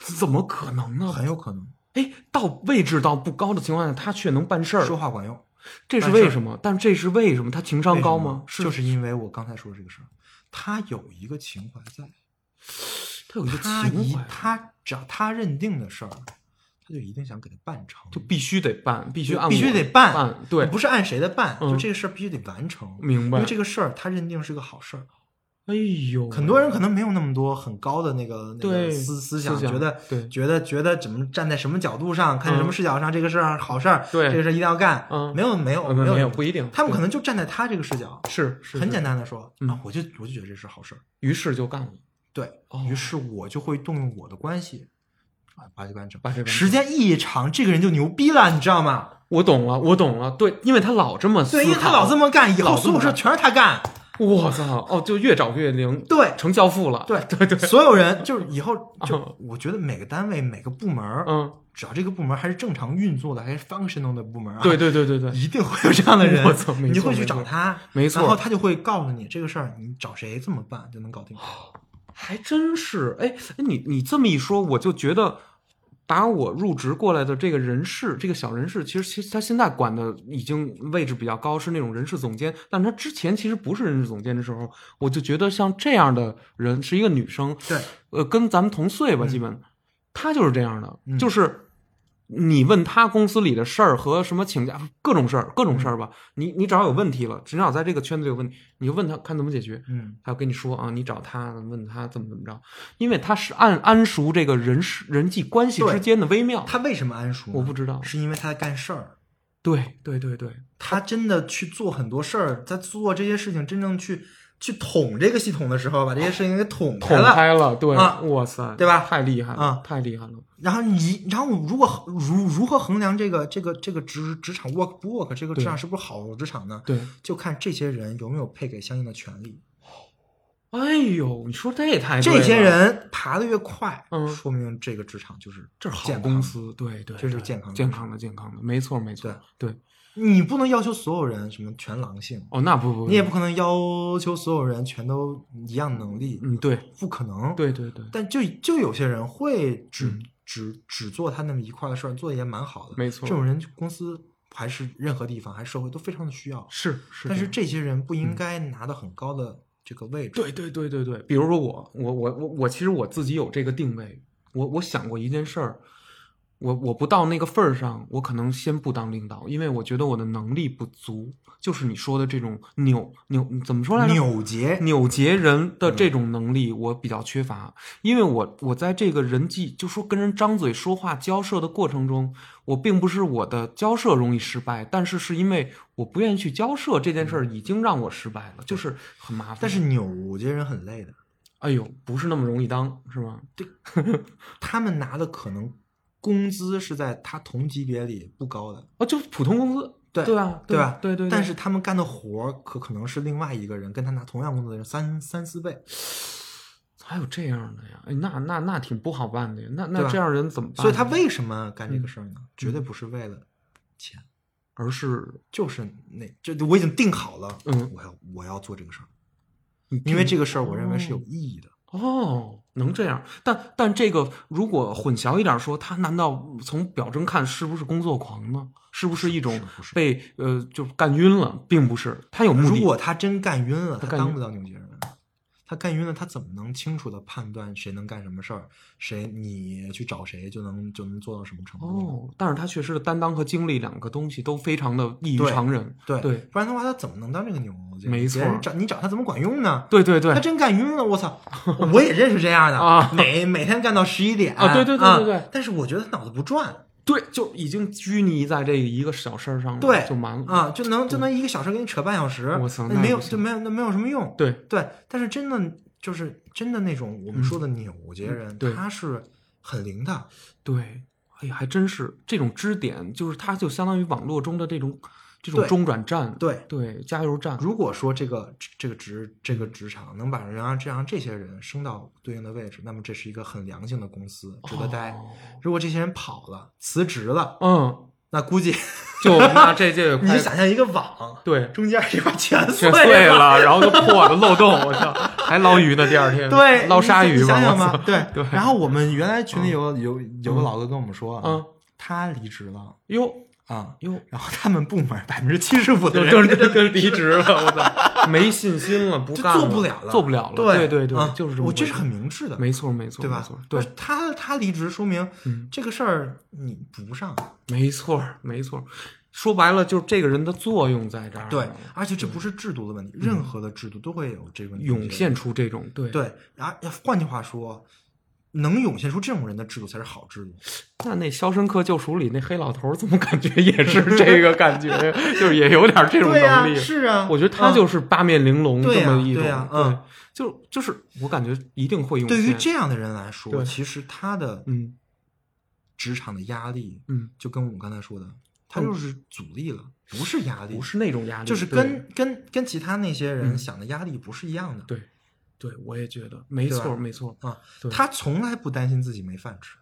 怎么可能呢？很有可能哎，到位置到不高的情况下，他却能办事儿，说话管用，这是办事儿为什么？但这是为什么？他情商为什高么吗？是就是因为我刚才说的这个事儿，他有一个情怀在。他有一个他一情怀，他只要他认定的事儿，他就一定想给他办成，就必须得办，必须就按必须我得办对，不是按谁的办，嗯就这个事儿必须得完成。明白因为这个事儿他认定是个好事儿，哎呦，很多人可能没有那么多很高的那个那对个思思想，思想觉得对觉得觉得怎么站在什么角度上，看什么视角上，这个事儿好事儿，对这个事儿一定要干，嗯没有没有呃没有有不一定他们对可能就站在他这个视角，是是很是简单的说，嗯啊，我就我就觉得这是好事儿，于是就干了，对、哦于是，我就会动用我的关系，啊把这个完成。把这个时间一长，这个人就牛逼了，你知道吗？我懂了，我懂了，对，因为他老这么思对，因为他考老这么干，以后老这所么有事干全是他干。我操，哦，就越找越灵，对成教父了，对 [LAUGHS] 对对，所有人就是以后就嗯，我觉得每个单位、每个部门儿，嗯，只要这个部门还是正常运作的，还是 functional 的部门啊，对，对对对对，一定会有这样的人我操， [LAUGHS] 没你就错会去没找错他，没错然后他就会告诉你这个事儿，你找谁这么办就能搞定。哦还真是，哎，你你这么一说，我就觉得把我入职过来的这个人事，这个小人事，其实其实他现在管的已经位置比较高，是那种人事总监，但他之前其实不是人事总监的时候，我就觉得像这样的人是一个女生，对，呃，跟咱们同岁吧，基本，她就是这样的，嗯就是。你问她公司里的事儿和什么请假各种事儿，各种事儿嗯吧。你你只要有问题了，只要在这个圈子里有问题，你就问她看怎么解决。嗯，他跟你说啊，你找他问他怎么怎么着，因为他是按安熟这个人事人际关系对之间的微妙，他为什么安熟呢？我不知道。是因为他在干事儿。对对对对，他真的去做很多事儿，在做这些事情，真正去去捅这个系统的时候，把这些事情给捅捅开了。开了，对，啊哇塞，对吧太厉害了，啊太厉害了，然后你，然后如果如如何衡量这个这个这个职职场 work 不 work，这个职场是不是好职场呢？对。就看这些人有没有配给相应的权利。哎呦，你说这也太对了这些人爬得越快，嗯说明这个职场就是这是好健康公。司，对对，这是对健康的健康的健康的，没错没错，对你不能要求所有人什么全狼性，哦，那不不，你也不可能要求所有人全都一样能力，嗯，对不可能。对对对，但就就有些人会只、嗯只只做他那么一块的事儿，做的也蛮好的。没错这种人公司还是任何地方还是社会都非常的需要。是是，但是这。嗯这些人不应该拿到很高的这个位置。对对对对对，比如说我，我我我我其实我自己有这个定位，我我想过一件事儿，我我不到那个份儿上，我可能先不当领导，因为我觉得我的能力不足，就是你说的这种扭扭怎么说来着？扭嗯结，扭结人的这种能力我比较缺乏，因为我我在这个人际就说跟人张嘴说话交涉的过程中，我并不是我的交涉容易失败，但是是因为我不愿意去交涉这件事儿已经让我失败了，就是很麻烦。嗯但是扭结人很累的，哎呦，不是那么容易当是吧？他们拿的可能工资是在他同级别里不高的，哦，就是普通工资，对对吧？对吧吧？对对。但是他们干的活儿可可能是另外一个人跟他拿同样工作的人三三四倍，还有这样的呀？哎，那那那挺不好办的呀。那对那吧这样人怎么办？所以他，为什么干这个事儿呢？绝嗯对不是为了钱，而是就是那这我已经定好了，嗯我要我要做这个事儿，你因为听这个事儿我认为是有意义的。哦，能这样，但但这个如果混淆一点说，他难道从表征看是不是工作狂呢？是不是一种是不是被呃就干晕了？并不是，他有目的。如果他真干晕了，他干当晕不了扭结人。他干晕了，他怎么能清楚的判断谁能干什么事儿，谁你去找谁就能就能做到什么程度呢？哦，但是他确实的担当和精力两个东西都非常的异于对常人。对对不然的话他怎么能当这个牛结人？没错别人找你找他怎么管用呢？对对对他真干晕了，我操！我也认识这样的啊每每天干到十一点啊对对对对对啊但是我觉得他脑子不转对，就已经拘泥在这一个小事儿上了，对就完了。啊，就能就能一个小时给你扯半小时，嗯我操那那没也有不行就没有那没有什么用。对，对，但是真的就是真的那种我们说的扭结人，嗯对他是很灵的，对，哎呀，还真是这种支点，就是它就相当于网络中的这种这种对中转站，对。对，加油站。如果说这个这个职这个职场能把人让这样这些人升到对应的位置，那么这是一个很良性的公司，值得待。哦如果这些人跑了、辞职了，嗯，那估计 [LAUGHS] 就 [LAUGHS] 那这这你快就想象一个网， [LAUGHS] 对中间一块全全碎碎了，然后就破了漏洞，我操，还捞鱼呢，第二天对，捞鲨你鱼想吧，想我操吧，对对然后我们原来群里有有有个老哥跟我们说，啊嗯，他离职了哟啊， [LAUGHS] 哟，然后他们部门百分之七十五的就人就就就离职了，我操，没信心了，不就干做不了了，做不了了，对对对对啊，就是这么我回事，这是很明智的，没错没错对没吧错？，不对是，他他离职说明嗯这个事儿你补不上，没错没错，说白了就是这个人的作用在这儿，啊对，而且这不是制度的问题，任何的制度都会有这个问嗯题涌现出这种对，对，然后换句话说，能涌现出这种人的制度才是好制度。那那《肖申克救赎》里那黑老头儿怎么感觉也是这个感觉， [LAUGHS] 就是也有点这种对呀、能力，是啊，我觉得他嗯就是八面玲珑对这呀么一种，对呀嗯对就就是我感觉一定会用。对于，这样的人来说，对其实他的嗯职场的压力，嗯，哦就跟我们刚才说的，他就是阻力了，不是压力，不是那种压力，就是对跟跟跟其他那些人嗯想的压力不是一样的。对对，我也觉得没对错吧没错，啊对，他从来不担心自己没饭吃。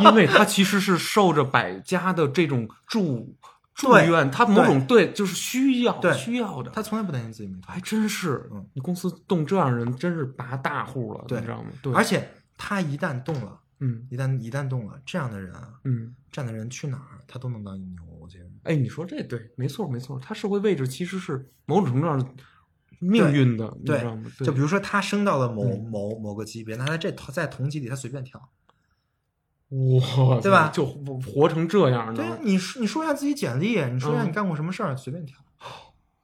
因为他其实是受着百家的这种祝祝对愿，他某种对就是需对要需要的，他从来不担心自己没饭还真是嗯，你公司动这样人真是拔大户了，对你知道吗？对吃，，而且他一旦动了，嗯一旦一旦动了，这样的人啊，嗯。这样的人去哪儿他都能当牛这个人。哎，你说这对，没错没错，他社会位置其实是某种程度上命运的，你知道吗？就比如说他升到了某、嗯某某个级别，那他这在同级里他随便跳。哇，对吧就活活成这样对啊呢，？你说你说一下自己简历，你说一下嗯你干过什么事儿，随便挑。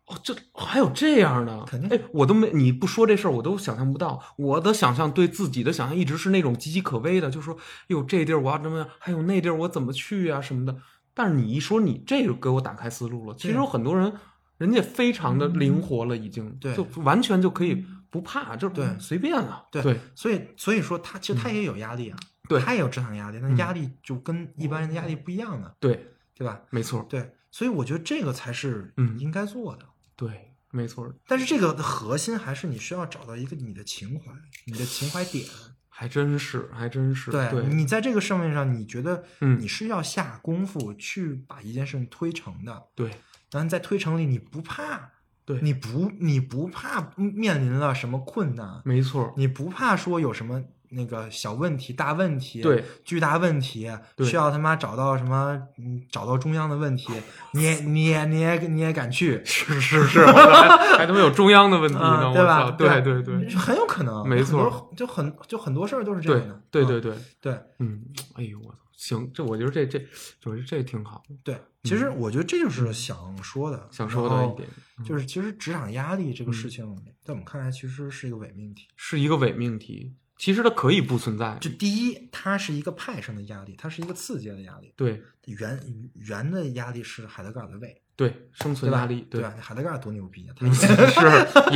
哦，这还有这样的？肯定哎，我都没你不说这事儿，我都想象不到。我的想象对自己的想象一直是那种岌岌可危的，就说哟这地儿我要怎么样，还有那地儿我怎么去啊什么的。但是你一说你这个给我打开思路了，其实有很多人。人家非常的灵活了，已经嗯对就完全就可以不怕，就是对随便了。对对所以所以说他其实他也有压力啊，嗯对他也有职场压力，那嗯压力就跟一般人的压力不一样的，对，对吧？没错，对，所以我觉得这个才是嗯应该做的。对，没错，但是这个的核心还是你需要找到一个你的情怀，你的情怀点。还真是，还真是，对，你在这个上面上，你觉得嗯你是要下功夫去把一件事情推成的，对，然后在推成里你不怕，对你不你不怕面临了什么困难，没错，你不怕说有什么那个小问题、大问题，对，巨大问题，对需要他妈找到什么，嗯，找到中央的问题，你也你也你也你也敢去，是是是，我操还还他妈有中央的问题呢，啊，我对吧操，？对对对对很有可能，没错很多，就很就很多事儿都是这对样的，对啊对对，对嗯，哎呦我操，行，这我觉得这这，我觉得这挺好，对，其实我觉得这就是想说的，嗯想说然的后一点，嗯就是其实职场压力这个事情，在我们看来其实是一个伪命题。是一个伪命题。其实它可以不存在，就第一，它是一个派生的压力，它是一个刺激的压力。对原原的压力是海德格尔的胃，对，生对存吧？压力，对对，吧？海德格尔多牛逼 [LAUGHS] 啊！他是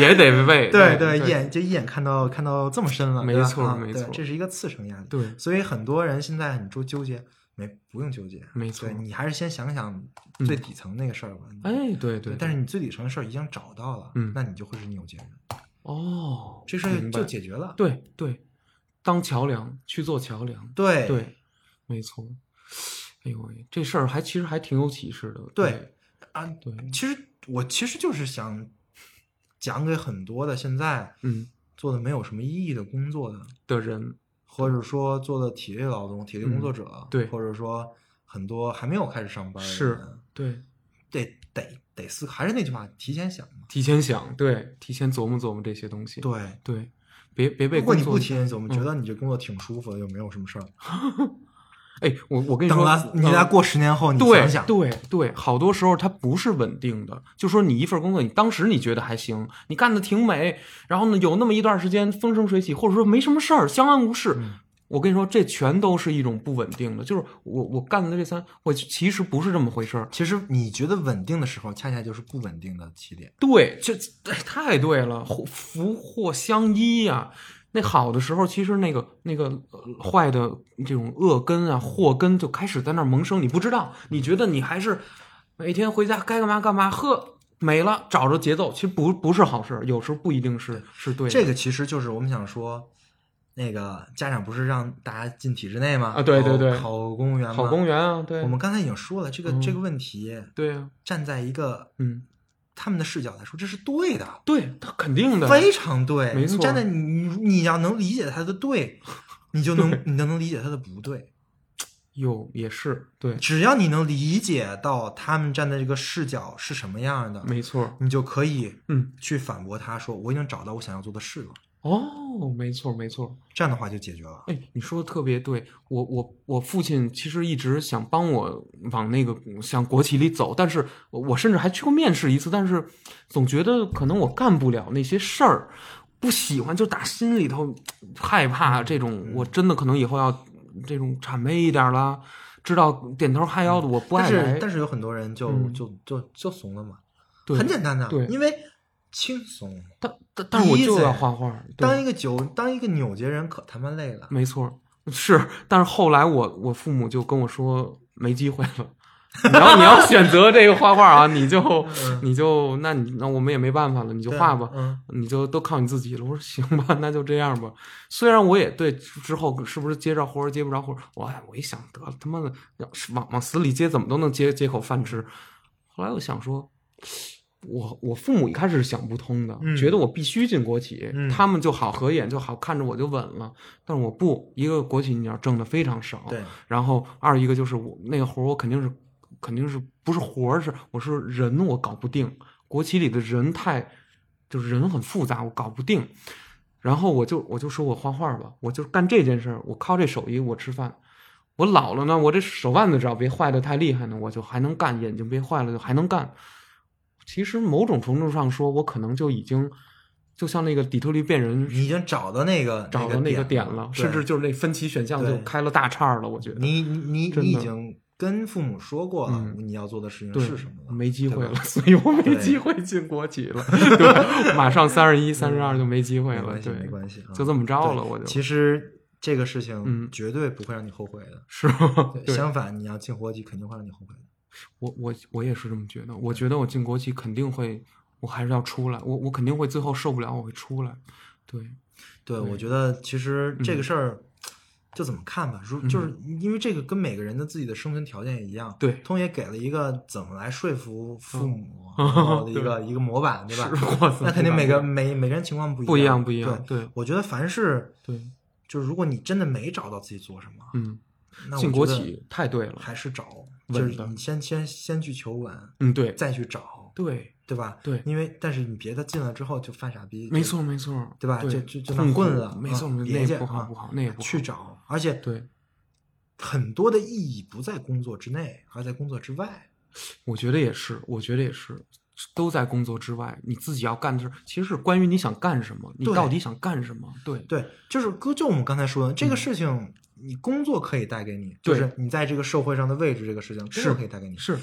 也得为，对对一眼就一眼看到看到这么深了，没对吧错啊没对错这是一个次生压力。对所以很多人现在很纠纠结，没不用纠结，啊没错对你还是先想想嗯最底层那个事儿吧。哎，对对，但是你最底层的事儿已经找到了，嗯那你就会是你有钱人，哦，这事明白儿就解决了。对对，当桥梁去做桥梁，对对，没错。哎呦喂，这事儿还其实还挺有启示的。对啊，对，对其实我其实就是想讲给很多的现在嗯，做的没有什么意义的工作的，的人，或者说做的体力劳动、体力工作者，嗯对或者说很多还没有开始上班的是人对，得得得思考，还是那句话，提前想嘛。提前想，对，提前琢磨琢磨这些东西。对，对，别别被如果工你作不提前想，我们嗯觉得你这工作挺舒服的，又没有什么事儿。哎，我我跟你等说，了你嗯再过十年后，你对想想，对对，好多时候它不是稳定的。就说你一份工作，你当时你觉得还行，你干的挺美，然后呢有那么一段时间风生水起，或者说没什么事儿，相安无事。嗯我跟你说，这全都是一种不稳定的。就是我我干的这三，我其实不是这么回事儿。其实你觉得稳定的时候，恰恰就是不稳定的起点。对，这哎太对了，祸福祸相依呀、那好的时候，其实那个那个、呃坏的这种恶根啊、祸根就开始在那儿萌生，你不知道，你觉得你还是每天回家该干嘛干嘛，呵，没了，找着节奏，其实不不是好事，有时候不一定是是对的。这个其实就是我们想说，那个家长不是让大家进体制内吗？啊对对对考考公务员吗？好公务员啊，对，我们刚才已经说了，这个、这个问题，对啊，站在一个嗯，他们的视角来说，这是对的，对他肯定的，非常对。没错你站在你你你要能理解他 [LAUGHS] 的对，你就能你就能理解他的不对。有也是对，只要你能理解到他们站在这个视角是什么样的，没错，你就可以嗯，去反驳他说我已经找到我想要做的事了。哦，没错没错，这样的话就解决了。哎，你说的特别对，我我我父亲其实一直想帮我往那个向国企里走，但是我我甚至还去过面试一次，但是总觉得可能我干不了那些事儿，不喜欢，就打心里头害怕这种，嗯我真的可能以后要这种谄媚一点啦，知道点头哈腰的，我不嗯但爱是来，但是有很多人就、嗯就就就怂了嘛，对很简单的，对因为轻松。但但但是我第一就次要画画，对当一个九当一个扭结人可他妈累了，没错，是，但是后来我我父母就跟我说没机会了。 [LAUGHS] 你要你要选择这个画画啊，你就嗯你就那你那我们也没办法了，你就对画吧，嗯，你就都靠你自己了。我说行吧，那就这样吧。虽然我也对之后是不是接着活儿接不着活儿，我哎我一想得了，他妈的要是往往死里接，怎么都能接接口饭吃。后来我想说，我我父母一开始是想不通的，嗯觉得我必须进国企，嗯他们就好合眼，就好看着我就稳了。但是我不，一个国企你要挣的非常少，对，然后二一个就是我那个活儿我肯定是肯定是不是活儿是我是人我搞不定，国企里的人太就是人很复杂，我搞不定。然后我就我就说我画画吧，我就干这件事儿，我靠这手艺我吃饭。我老了呢，我这手腕子只要别坏的太厉害呢，我就还能干；眼睛别坏了就还能干。其实某种程度上说，我可能就已经就像那个底特律变人你已经找到那个找到那个点了，对甚至就是那分歧选项就对开了大叉了。我觉得你你你真的你已经跟父母说过了嗯你要做的事情对是什么了，没机会对吧了， [LAUGHS] 所以我没对机会进国企了。对，马上三十一、三十二就没机会没了。关系对，没关系，啊就这么着了，对我就其实这个事嗯情绝对不会让你后悔的，是吗？对对，相反你要进国际肯定会让你后悔的。我我我也是这么觉得。我觉得我进国企肯定会，我还是要出来，我我肯定会最后受不了，我会出来。对，对对，我觉得其实这嗯个事儿就怎么看吧，如就是因为这个跟每个人的自己的生存条件也一样。对通也给了一个怎么来说服父母嗯然后 [LAUGHS] 的一个一个模板，对吧？是哇塞那肯定每这个把每每个人情况不一不一样样，不一样对对，我觉得凡是对，就是如果你真的没找到自己做什么，嗯，那我进国觉得企太对了。还是找，稳就是的你先先先去求稳，嗯，对，再去找，对，对吧？对因为但是你别的进了之后就犯傻逼，没就错，没错，对吧？对就就就痛那苦混了，没错，啊没错别那也介不好，啊不好，那也不好。去找，而且对，很多的意义不在工作之内，而在工作之外。我觉得也是，我觉得也是，都在工作之外，你自己要干的事儿，其实是关于你想干什么，你对到底想干什么。对，对，就是哥，就我们刚才说的这个事情，你工作可以带给你，嗯就对是你在这个社会上的位置，这个事情工是作可以带给你，是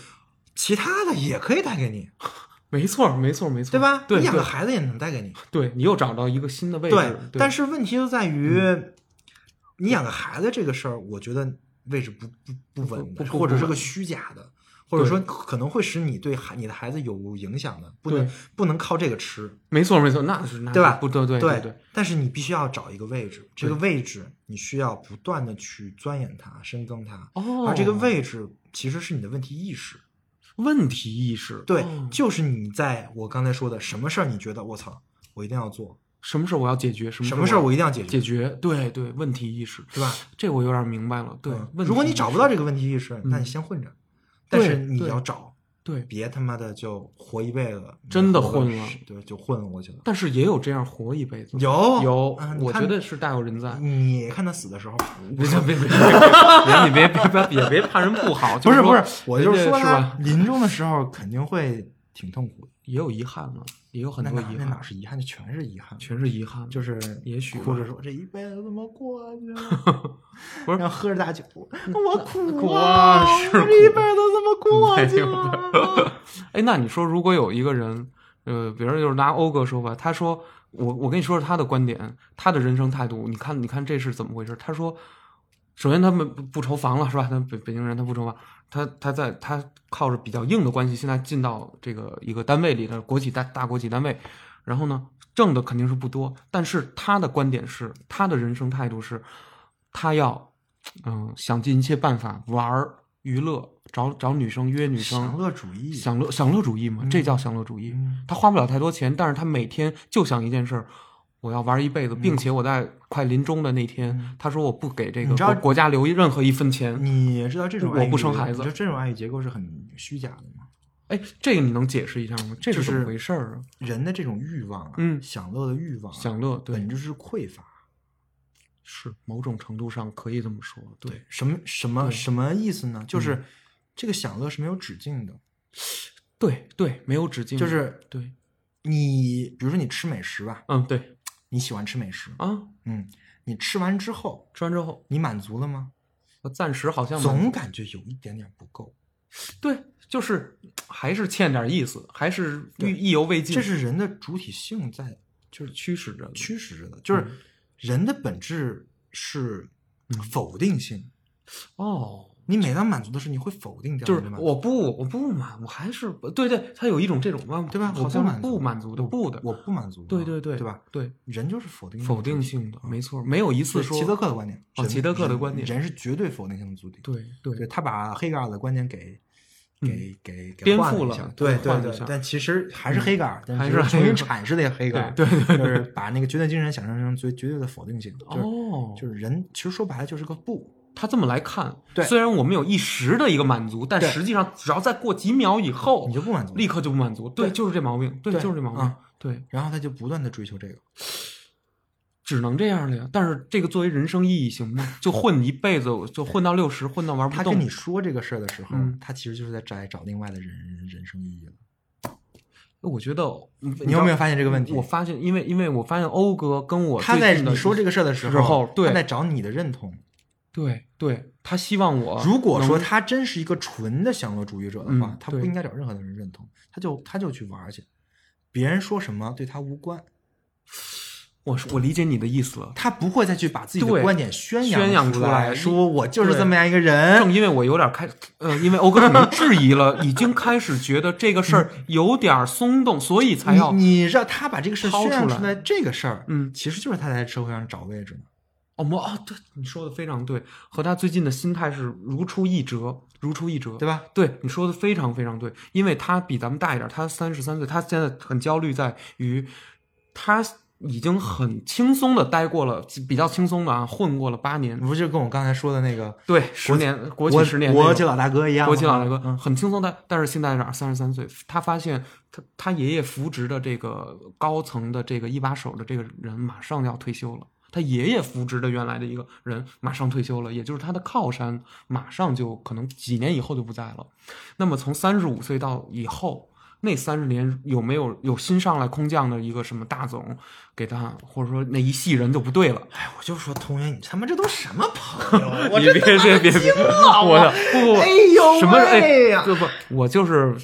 其他的也可以带给你，没错儿，没错儿，没错儿，对吧？对你养个对，孩子也能带给你，对你又找到一个新的位置。对对，，嗯但是问题就在于，你养个孩子这个事儿，我觉得位置不不不稳不的，不不或者是稳个虚假的，或者说可能会使你对孩你的孩子有影响的，不对能不能靠这个吃，没错儿，没错儿，那是那是对吧不对，对对对，但是你必须要找一个位置，这对个位置你需要不断的去钻研它、深耕它，哦，而这个位置其实是你的问题意识。问题意识，对哦，就是你在我刚才说的，什么事儿你觉得我操，我一定要做，什么事儿我要解决，什什么么事儿我一定要解解决，决，对对，问题意识，对吧？这我有点明白了。对嗯，问如果题你意找识不到这个问题意识，那你先混着，但是你对要找，对，别他妈的就活一辈子，真的你混个了十对，就混了，我觉得但是也有这样活一辈子，有有啊，你我看觉得是大有人在。你看他死的时候，别别别别别，你别别别也别怕人不好，就不是说不是，我人就是家说是他吧？临终的时候肯定会挺痛苦的，也有遗憾了，也有很那多哪遗那哪憾，是遗憾，这全是遗憾，全是遗憾。就是也许吧或者说这一辈子怎么过去了 [LAUGHS] ，不是然后喝着大酒，我苦苦啊啊，是我这一苦辈子怎么过太去听了？哎，那你说，如果有一个人，呃，比如就是拿欧哥说吧，他说我我跟你说说他的观点，他的人生态度，你看你看这是怎么回事？他说，首先他们不不愁房了，是吧？他北北京人，他不愁房，他他在他靠着比较硬的关系，现在进到这个一个单位里的国企大大国企单位，然后呢，挣的肯定是不多，但是他的观点是，他的人生态度是，他要嗯、想尽一切办法玩儿娱乐。找找女生约女生，享乐主义，享乐享乐主义嘛，这叫享乐主义。嗯他花不了太多钱，但是他每天就想一件事儿，我要玩一辈子，并且我在快临终的那天，嗯他说我不给这个你知道国国家留一任何一分钱。你知道这种我爱欲不生孩子你知道这种爱欲结构是很虚假的吗？哎，这个你能解释一下吗？这就是怎么回事儿啊？人的这种欲望啊，嗯享乐的欲望啊，享乐对本质是匮乏。是某种程度上可以这么说，对，什么什么对嗯什么意思呢？就是这个享乐是没有止境的，对对，没有止境，就是对，你比如说你吃美食吧，嗯对你喜欢吃美食，啊，嗯，你吃完之后吃完之后，你满足了吗？我暂时好像总感觉有一点点不够，对，就是还是欠点意思，还是对意意犹未尽，这是人的主体性在就是驱使着的驱使着的，就是嗯人的本质是否定性。哦。你每当满足的时候，你会否定掉就你是的满足，我不我不满，我还是对对，他有一种这种啊，对吧？我好像是满不足满足的，我不的，我不满足的，对对对，对嗯吧？对，人就是否定否定性的，没错，没有一次是说啊齐德克的观点哦人齐德克的人观点人是绝对否定性的主体，对对，他把黑格尔的观点给嗯给给给颠覆换一了下对对对换了一对下，嗯但其实还是黑格尔，但还只是重黑新格阐释的黑格尔，对对对就是把那个绝对精神想象成绝绝对的否定 [LAUGHS] 性，就是哦，就是人其实说白了就是个不，他这么来看，对虽然我们有一时的一个满足，但对实际上只要再过几秒以后你，就不满足，哦立刻就不满足，对，对就是这毛病，对，对就是这毛病啊，对，然后他就不断的追求这个，只能这样了呀。但是这个作为人生意义行吗？就混一辈子，就混到六十，混到玩不他跟动你，说这个事儿的时候，嗯他其实就是在找找另外的人人生意义了。我觉得你你有没有发发现这个问题？我发现，因为因为我发现欧哥跟我他最在近的你说这个事儿的时时候对他在找你的认同。对对，他希望我如果说啊能他真是一个纯的享乐主义者的话，嗯他对不应该找任何的人认同，他就他就去玩儿去，别人说什么对他无关，我我理解你的意思了，他不会再去把自己对的观点宣宣扬出出来说我就是对这么样一个人正。因为我有点开，呃，因为欧哥可 [LAUGHS] 能质疑了，已经开始觉得这个事儿有点松动，所以才要嗯你你让他把这个事儿掏宣扬出出来来，这个事儿，嗯其实就是他在社会上找位置呢。哦，我哦，对，你说的非常对，和他最近的心态是如出一辙，如出一辙，对吧？对，你说的非常非常对，因为他比咱们大一点，他三十三岁，他现在很焦虑，在于他已经很轻松的待过了，比较轻松的啊，混过了八年，不就跟我刚才说的那个对，十年国企国十年那国种际老大哥一样吗，国企老大哥，嗯很轻松的，但是现在是三十三岁，他发现他他爷爷扶植的这个高层的这个一把手的这个人马上要退休了，他爷爷扶植的原来的一个人马上退休了，也就是他的靠山马上就可能几年以后就不在了。那么从三十五岁到以后。那三十年有没有有新上来空降的一个什么大总给他，或者说那一系人就不对了？哎，我就说童源，你他妈这都什么朋友？啊 [LAUGHS] 我你这别别别别，我的不不，哎呦什么喂哎呀不不，我就是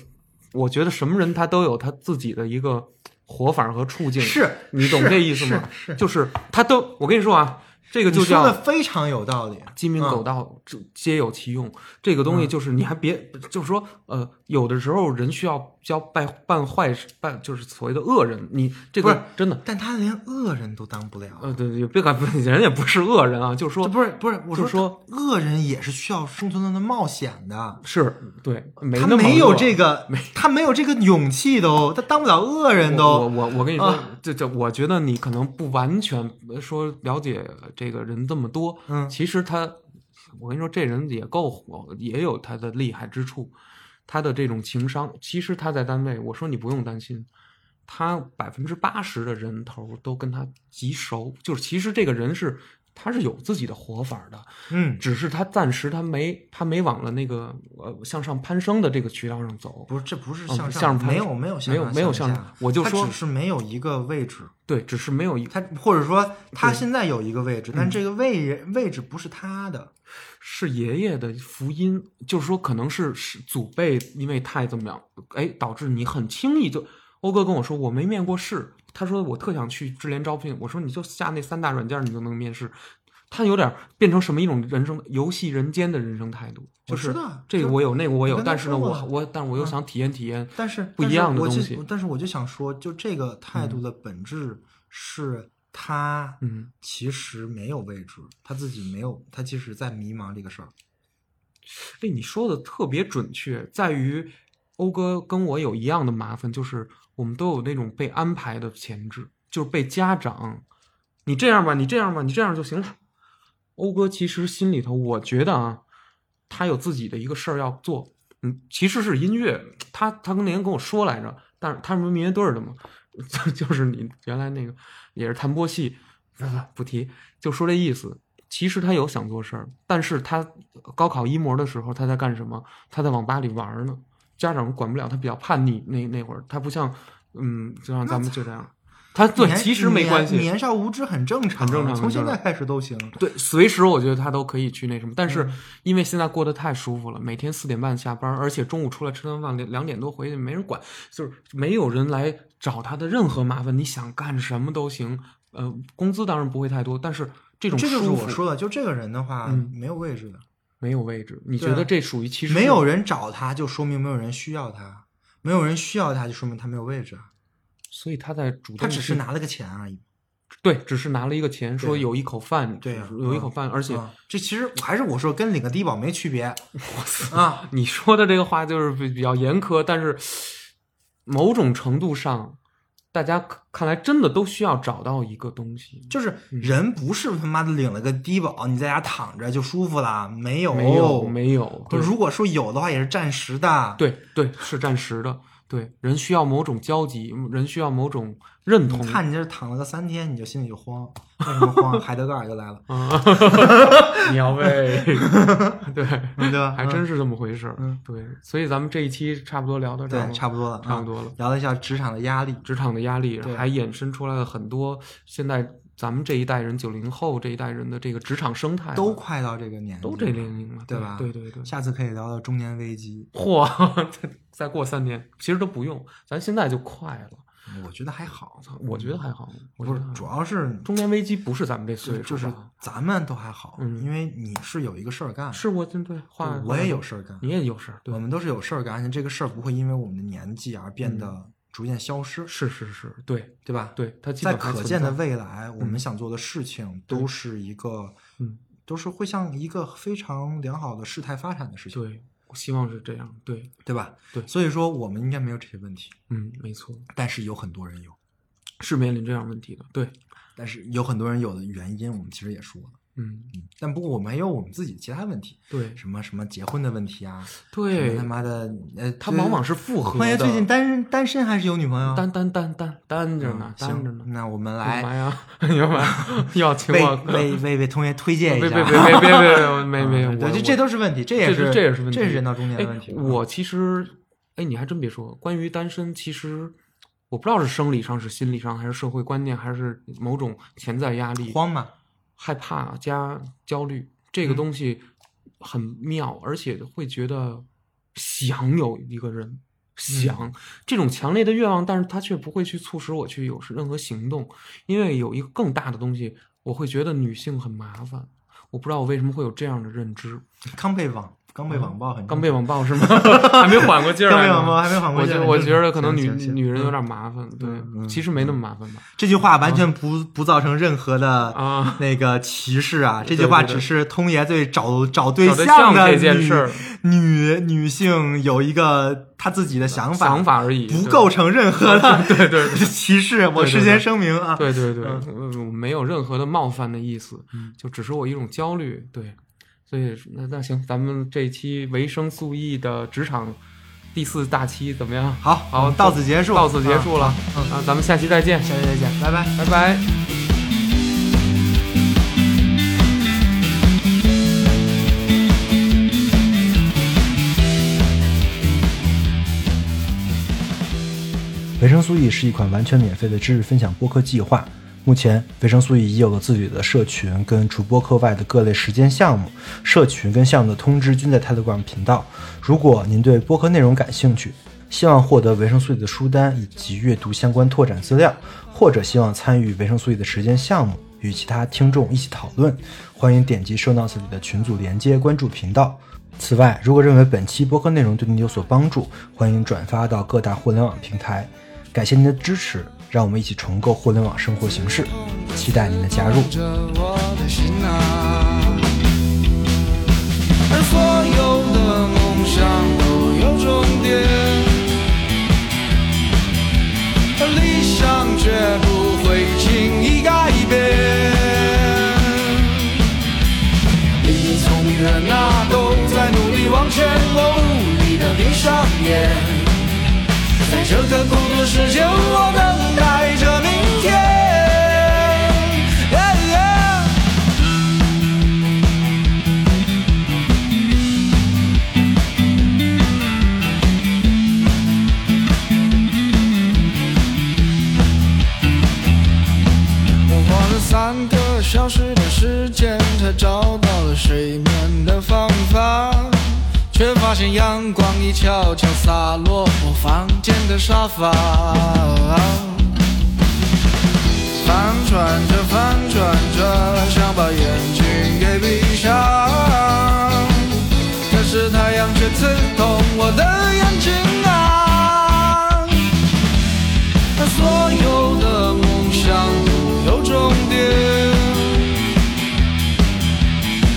我觉得什么人他都有他自己的一个活法和处境，是你懂是这意思吗？是是就是他都，我跟你说啊，这个你就说叫的嗯非常有道理。鸡鸣狗盗，这皆有其用。这个嗯东西就是你还别，就是说，呃，有的时候人需要要办办坏事，办就是所谓的恶人。你这不是个真的，但他连恶人都当不了，呃，对对，别敢， [LAUGHS] 人也不是恶人啊，就是这说，不是不是，我就说说恶人也是需要生存的冒险的，是对，没他那么没有恶这个，他没有这个勇气都，他当不了恶人哦我都。我我跟你说啊，这这，我觉得你可能不完全说了解这个人这么多。嗯其实他，我跟你说，这人也够火，也有他的厉害之处，他的这种情商。其实他在单位，我说你不用担心，他百分之八十的人头都跟他极熟，就是其实这个人是他是有自己的活法的，嗯，只是他暂时他没他没往了那个呃向上攀升的这个渠道上走。不是，这不是嗯向向上，上没有没有向没有上没有向向下上我就他说只是没有一个位置，对，只是没有一他或者说他对嗯现在有一个位置，但这个位位置不是他的。是爷爷的福音，就是说可能是是祖辈因为太怎么样，哎，导致你很轻易就。欧哥跟我说我没面过试，他说我特想去智联招聘，我说你就下那三大软件你就能面试。他有点变成什么一种人生游戏人间的人生态度，我就知是道这个就我有那个我我有，跟他但是呢说嗯我过我但我又想体验体验，但是不一样的东但是我西就但是我就想说，就这个态度的本质是他，嗯，其实没有位置，他自己没有，他其实在迷茫这个事儿。哎，你说的特别准确，在于欧哥跟我有一样的麻烦，就是我们都有那种被安排的潜质，就是被家长，你这样吧，你这样吧，你这样就行了。欧哥其实心里头，我觉得啊，他有自己的一个事儿要做，嗯，其实是音乐，他他跟那人跟我说来着，但是他们不是民乐队儿的嘛， [LAUGHS] 就就是你原来那个也是弹拨戏，不 [LAUGHS] 不不提，就说这意思。其实他有想做事儿，但是他高考一模的时候他在干什么？他在网吧里玩儿呢，家长管不了，他比较叛逆那那会儿，他不像嗯，就像咱们就这样，他对年其实没关年系，年少无知很正常，啊很正常从现很正在常开始都行。对，随时我觉得他都可以去那什么，但是嗯因为现在过得太舒服了，每天四点半下班，而且中午出来吃顿饭，两两点多回去没人管，就是没有人来找他的任何麻烦，你想干什么都行。呃，工资当然不会太多，但是这种这就是舒服我说的，就这个人的话，嗯没有位置的，没有位置，你对觉啊得这属于其实没有人找他，就说明没有人需要他，没有人需要他，就说明他没有位置啊。所以他在主动去，他只是拿了个钱而已。对，只是拿了一个钱，说有一口饭，对啊有一口饭，而且啊，这其实还是我说跟领个低保没区别。啊， [LAUGHS] 你说的这个话就是比比较严苛，但是某种程度上，大家看看来真的都需要找到一个东西，就是人不是他妈的领了个低保，你在家躺着就舒服了，没有没有没有，对哦如果说有的话，也是暂时的。，对对，是暂时的，对人需要某种交集，人需要某种认同，看你这躺了个三天，你就心里就慌，为什么慌？海德格尔就来了， [LAUGHS] 啊，苗呗， [LAUGHS] 对，啊对吧？还真是这么回事儿，嗯对，所以咱们这一期差不多聊到这儿对，了，差不多了，差不多了嗯。聊了一下职场的压力，职场的压力，对还衍生出来了很多现在咱们这一代人，九零后这一代人的这个职场生态吧啊都快到这个年纪，哎都这年。龄了，对吧对对对，下次可以聊聊中年危机， [LAUGHS] 嚯，再再过三年，其实都不用，咱现在就快了。我觉得还好嗯我，操，我觉得还好，我觉不得是还，好主要是中年危机不是咱们这岁就数，就是吧咱们都还好，嗯因为你是有一个事儿干，是我真对话，我也有，事儿干，你也有事儿，对我，们都是有事儿干，而且这个事儿不会因为我们的年纪而变得逐渐消失，嗯是是是，对对吧？，对，它基在本还可存见的在未来，我们嗯想做的事情都是一个，嗯，都是会向一个非常良好的事态发展的事情，对，我希望是这样，对，对吧？对所以说我们应该没有这些问题，嗯，没错，但是有很多人有，是面临这样问题的，对，但是有很多人有的原因，我们其实也说了，嗯，嗯但不过我们还有我们自己其他问题，对什么什么结婚的问题啊，什对么他，妈的，呃，他这往往是复合万爷的。最近单身单身还是有女朋友？单单单单单着呢嗯，单着呢行，。那我们干来嘛呀？ [LAUGHS] 干嘛呀？ [LAUGHS] 要请为我？为为为同学推荐 [LAUGHS] 一别下，啊别别别别别没没嗯没！对，我这这都是问题，这也这是这也是问题这是人到中年哎的问题。嗯我其实，哎，你还真别说，关于单身，其实我不知道是生理上、是心理上，还是社会观念，还是某种潜在压力、慌嗯嘛，害怕加焦虑，这个嗯东西很妙，而且会觉得想有一个人。嗯想这种强烈的愿望，但是它却不会去促使我去有任何行动，因为有一个更大的东西，我会觉得女性很麻烦。我不知道我为什么会有这样的认知，刚被网刚被网暴很刚被网暴是吗？ [LAUGHS] 还没缓过劲儿刚来被呢。网暴还没缓过我劲觉儿得来，我就觉得可能行女行女人有嗯点麻烦，对嗯，嗯其实没那么麻烦吧？这句话完嗯全不不造成任何的啊，那个歧视啊，这句对话对对只是通爷对找找对找对象象的这件女事儿女女性有一个她自己的想法，想法而已，不对构。成任何 [LAUGHS] 的对对对歧视，对我对事先对声明啊。对对对，嗯没有任何的冒犯的意思，就只是我一种焦虑。对，所以那那行，咱们这一期维生素 E 的职场第四大期怎么样？好，我好们，到此结束，到此结束啊，了。啊，咱们下期再见，下期再见，拜拜。拜拜。维生素 E 是一款完全免费的知识分享播客计划。目前，维生素 E 已有了自己的社群跟除播课外的各类实践项目，社群跟项目的通知均在 Telegram 频道。如果您对播客内容感兴趣，希望获得维生素 E 的书单以及阅读相关拓展资料，或者希望参与维生素 E 的实践项目，与其他听众一起讨论，欢迎点击 Show Notes 里的群组连接关注频道。此外，如果认为本期播客内容对您有所帮助，欢迎转发到各大互联网平台。感谢您的支持，让我们一起重构互联网生活形式，期待您的加入。着我的心啊，而所有的梦想都有终点，而理想却不会轻易改变。你从人啊，都在努力往前，哦，你的闭上眼，在这个孤独世界，我等待着明天。Yeah, yeah 我花了三个小时的时间，才找到了睡眠的方法，却发现阳光一悄悄洒落我房间的沙发。翻转着，翻转着，想把眼睛给闭上，可是太阳却刺痛我的眼睛啊。那所有的梦想都有终点，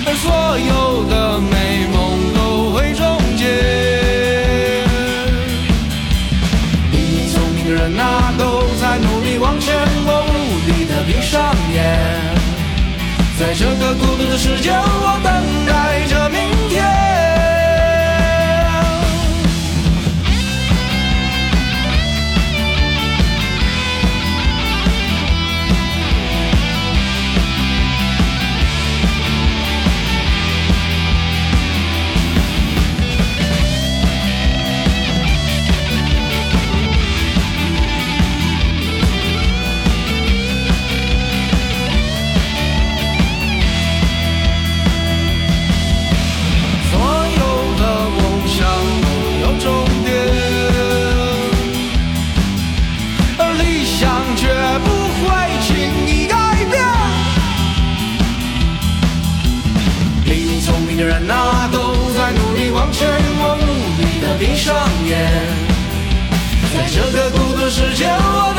而所有的美梦都会终结。你聪明人啊，都在努力往前，我无力的闭上眼，在这个孤独的世界，我等待着明天。所有的梦想都有终点，而理想却不会轻易改变。你聪明的人啊，都在努力往前，我努力的闭上眼，在这个孤独世界，我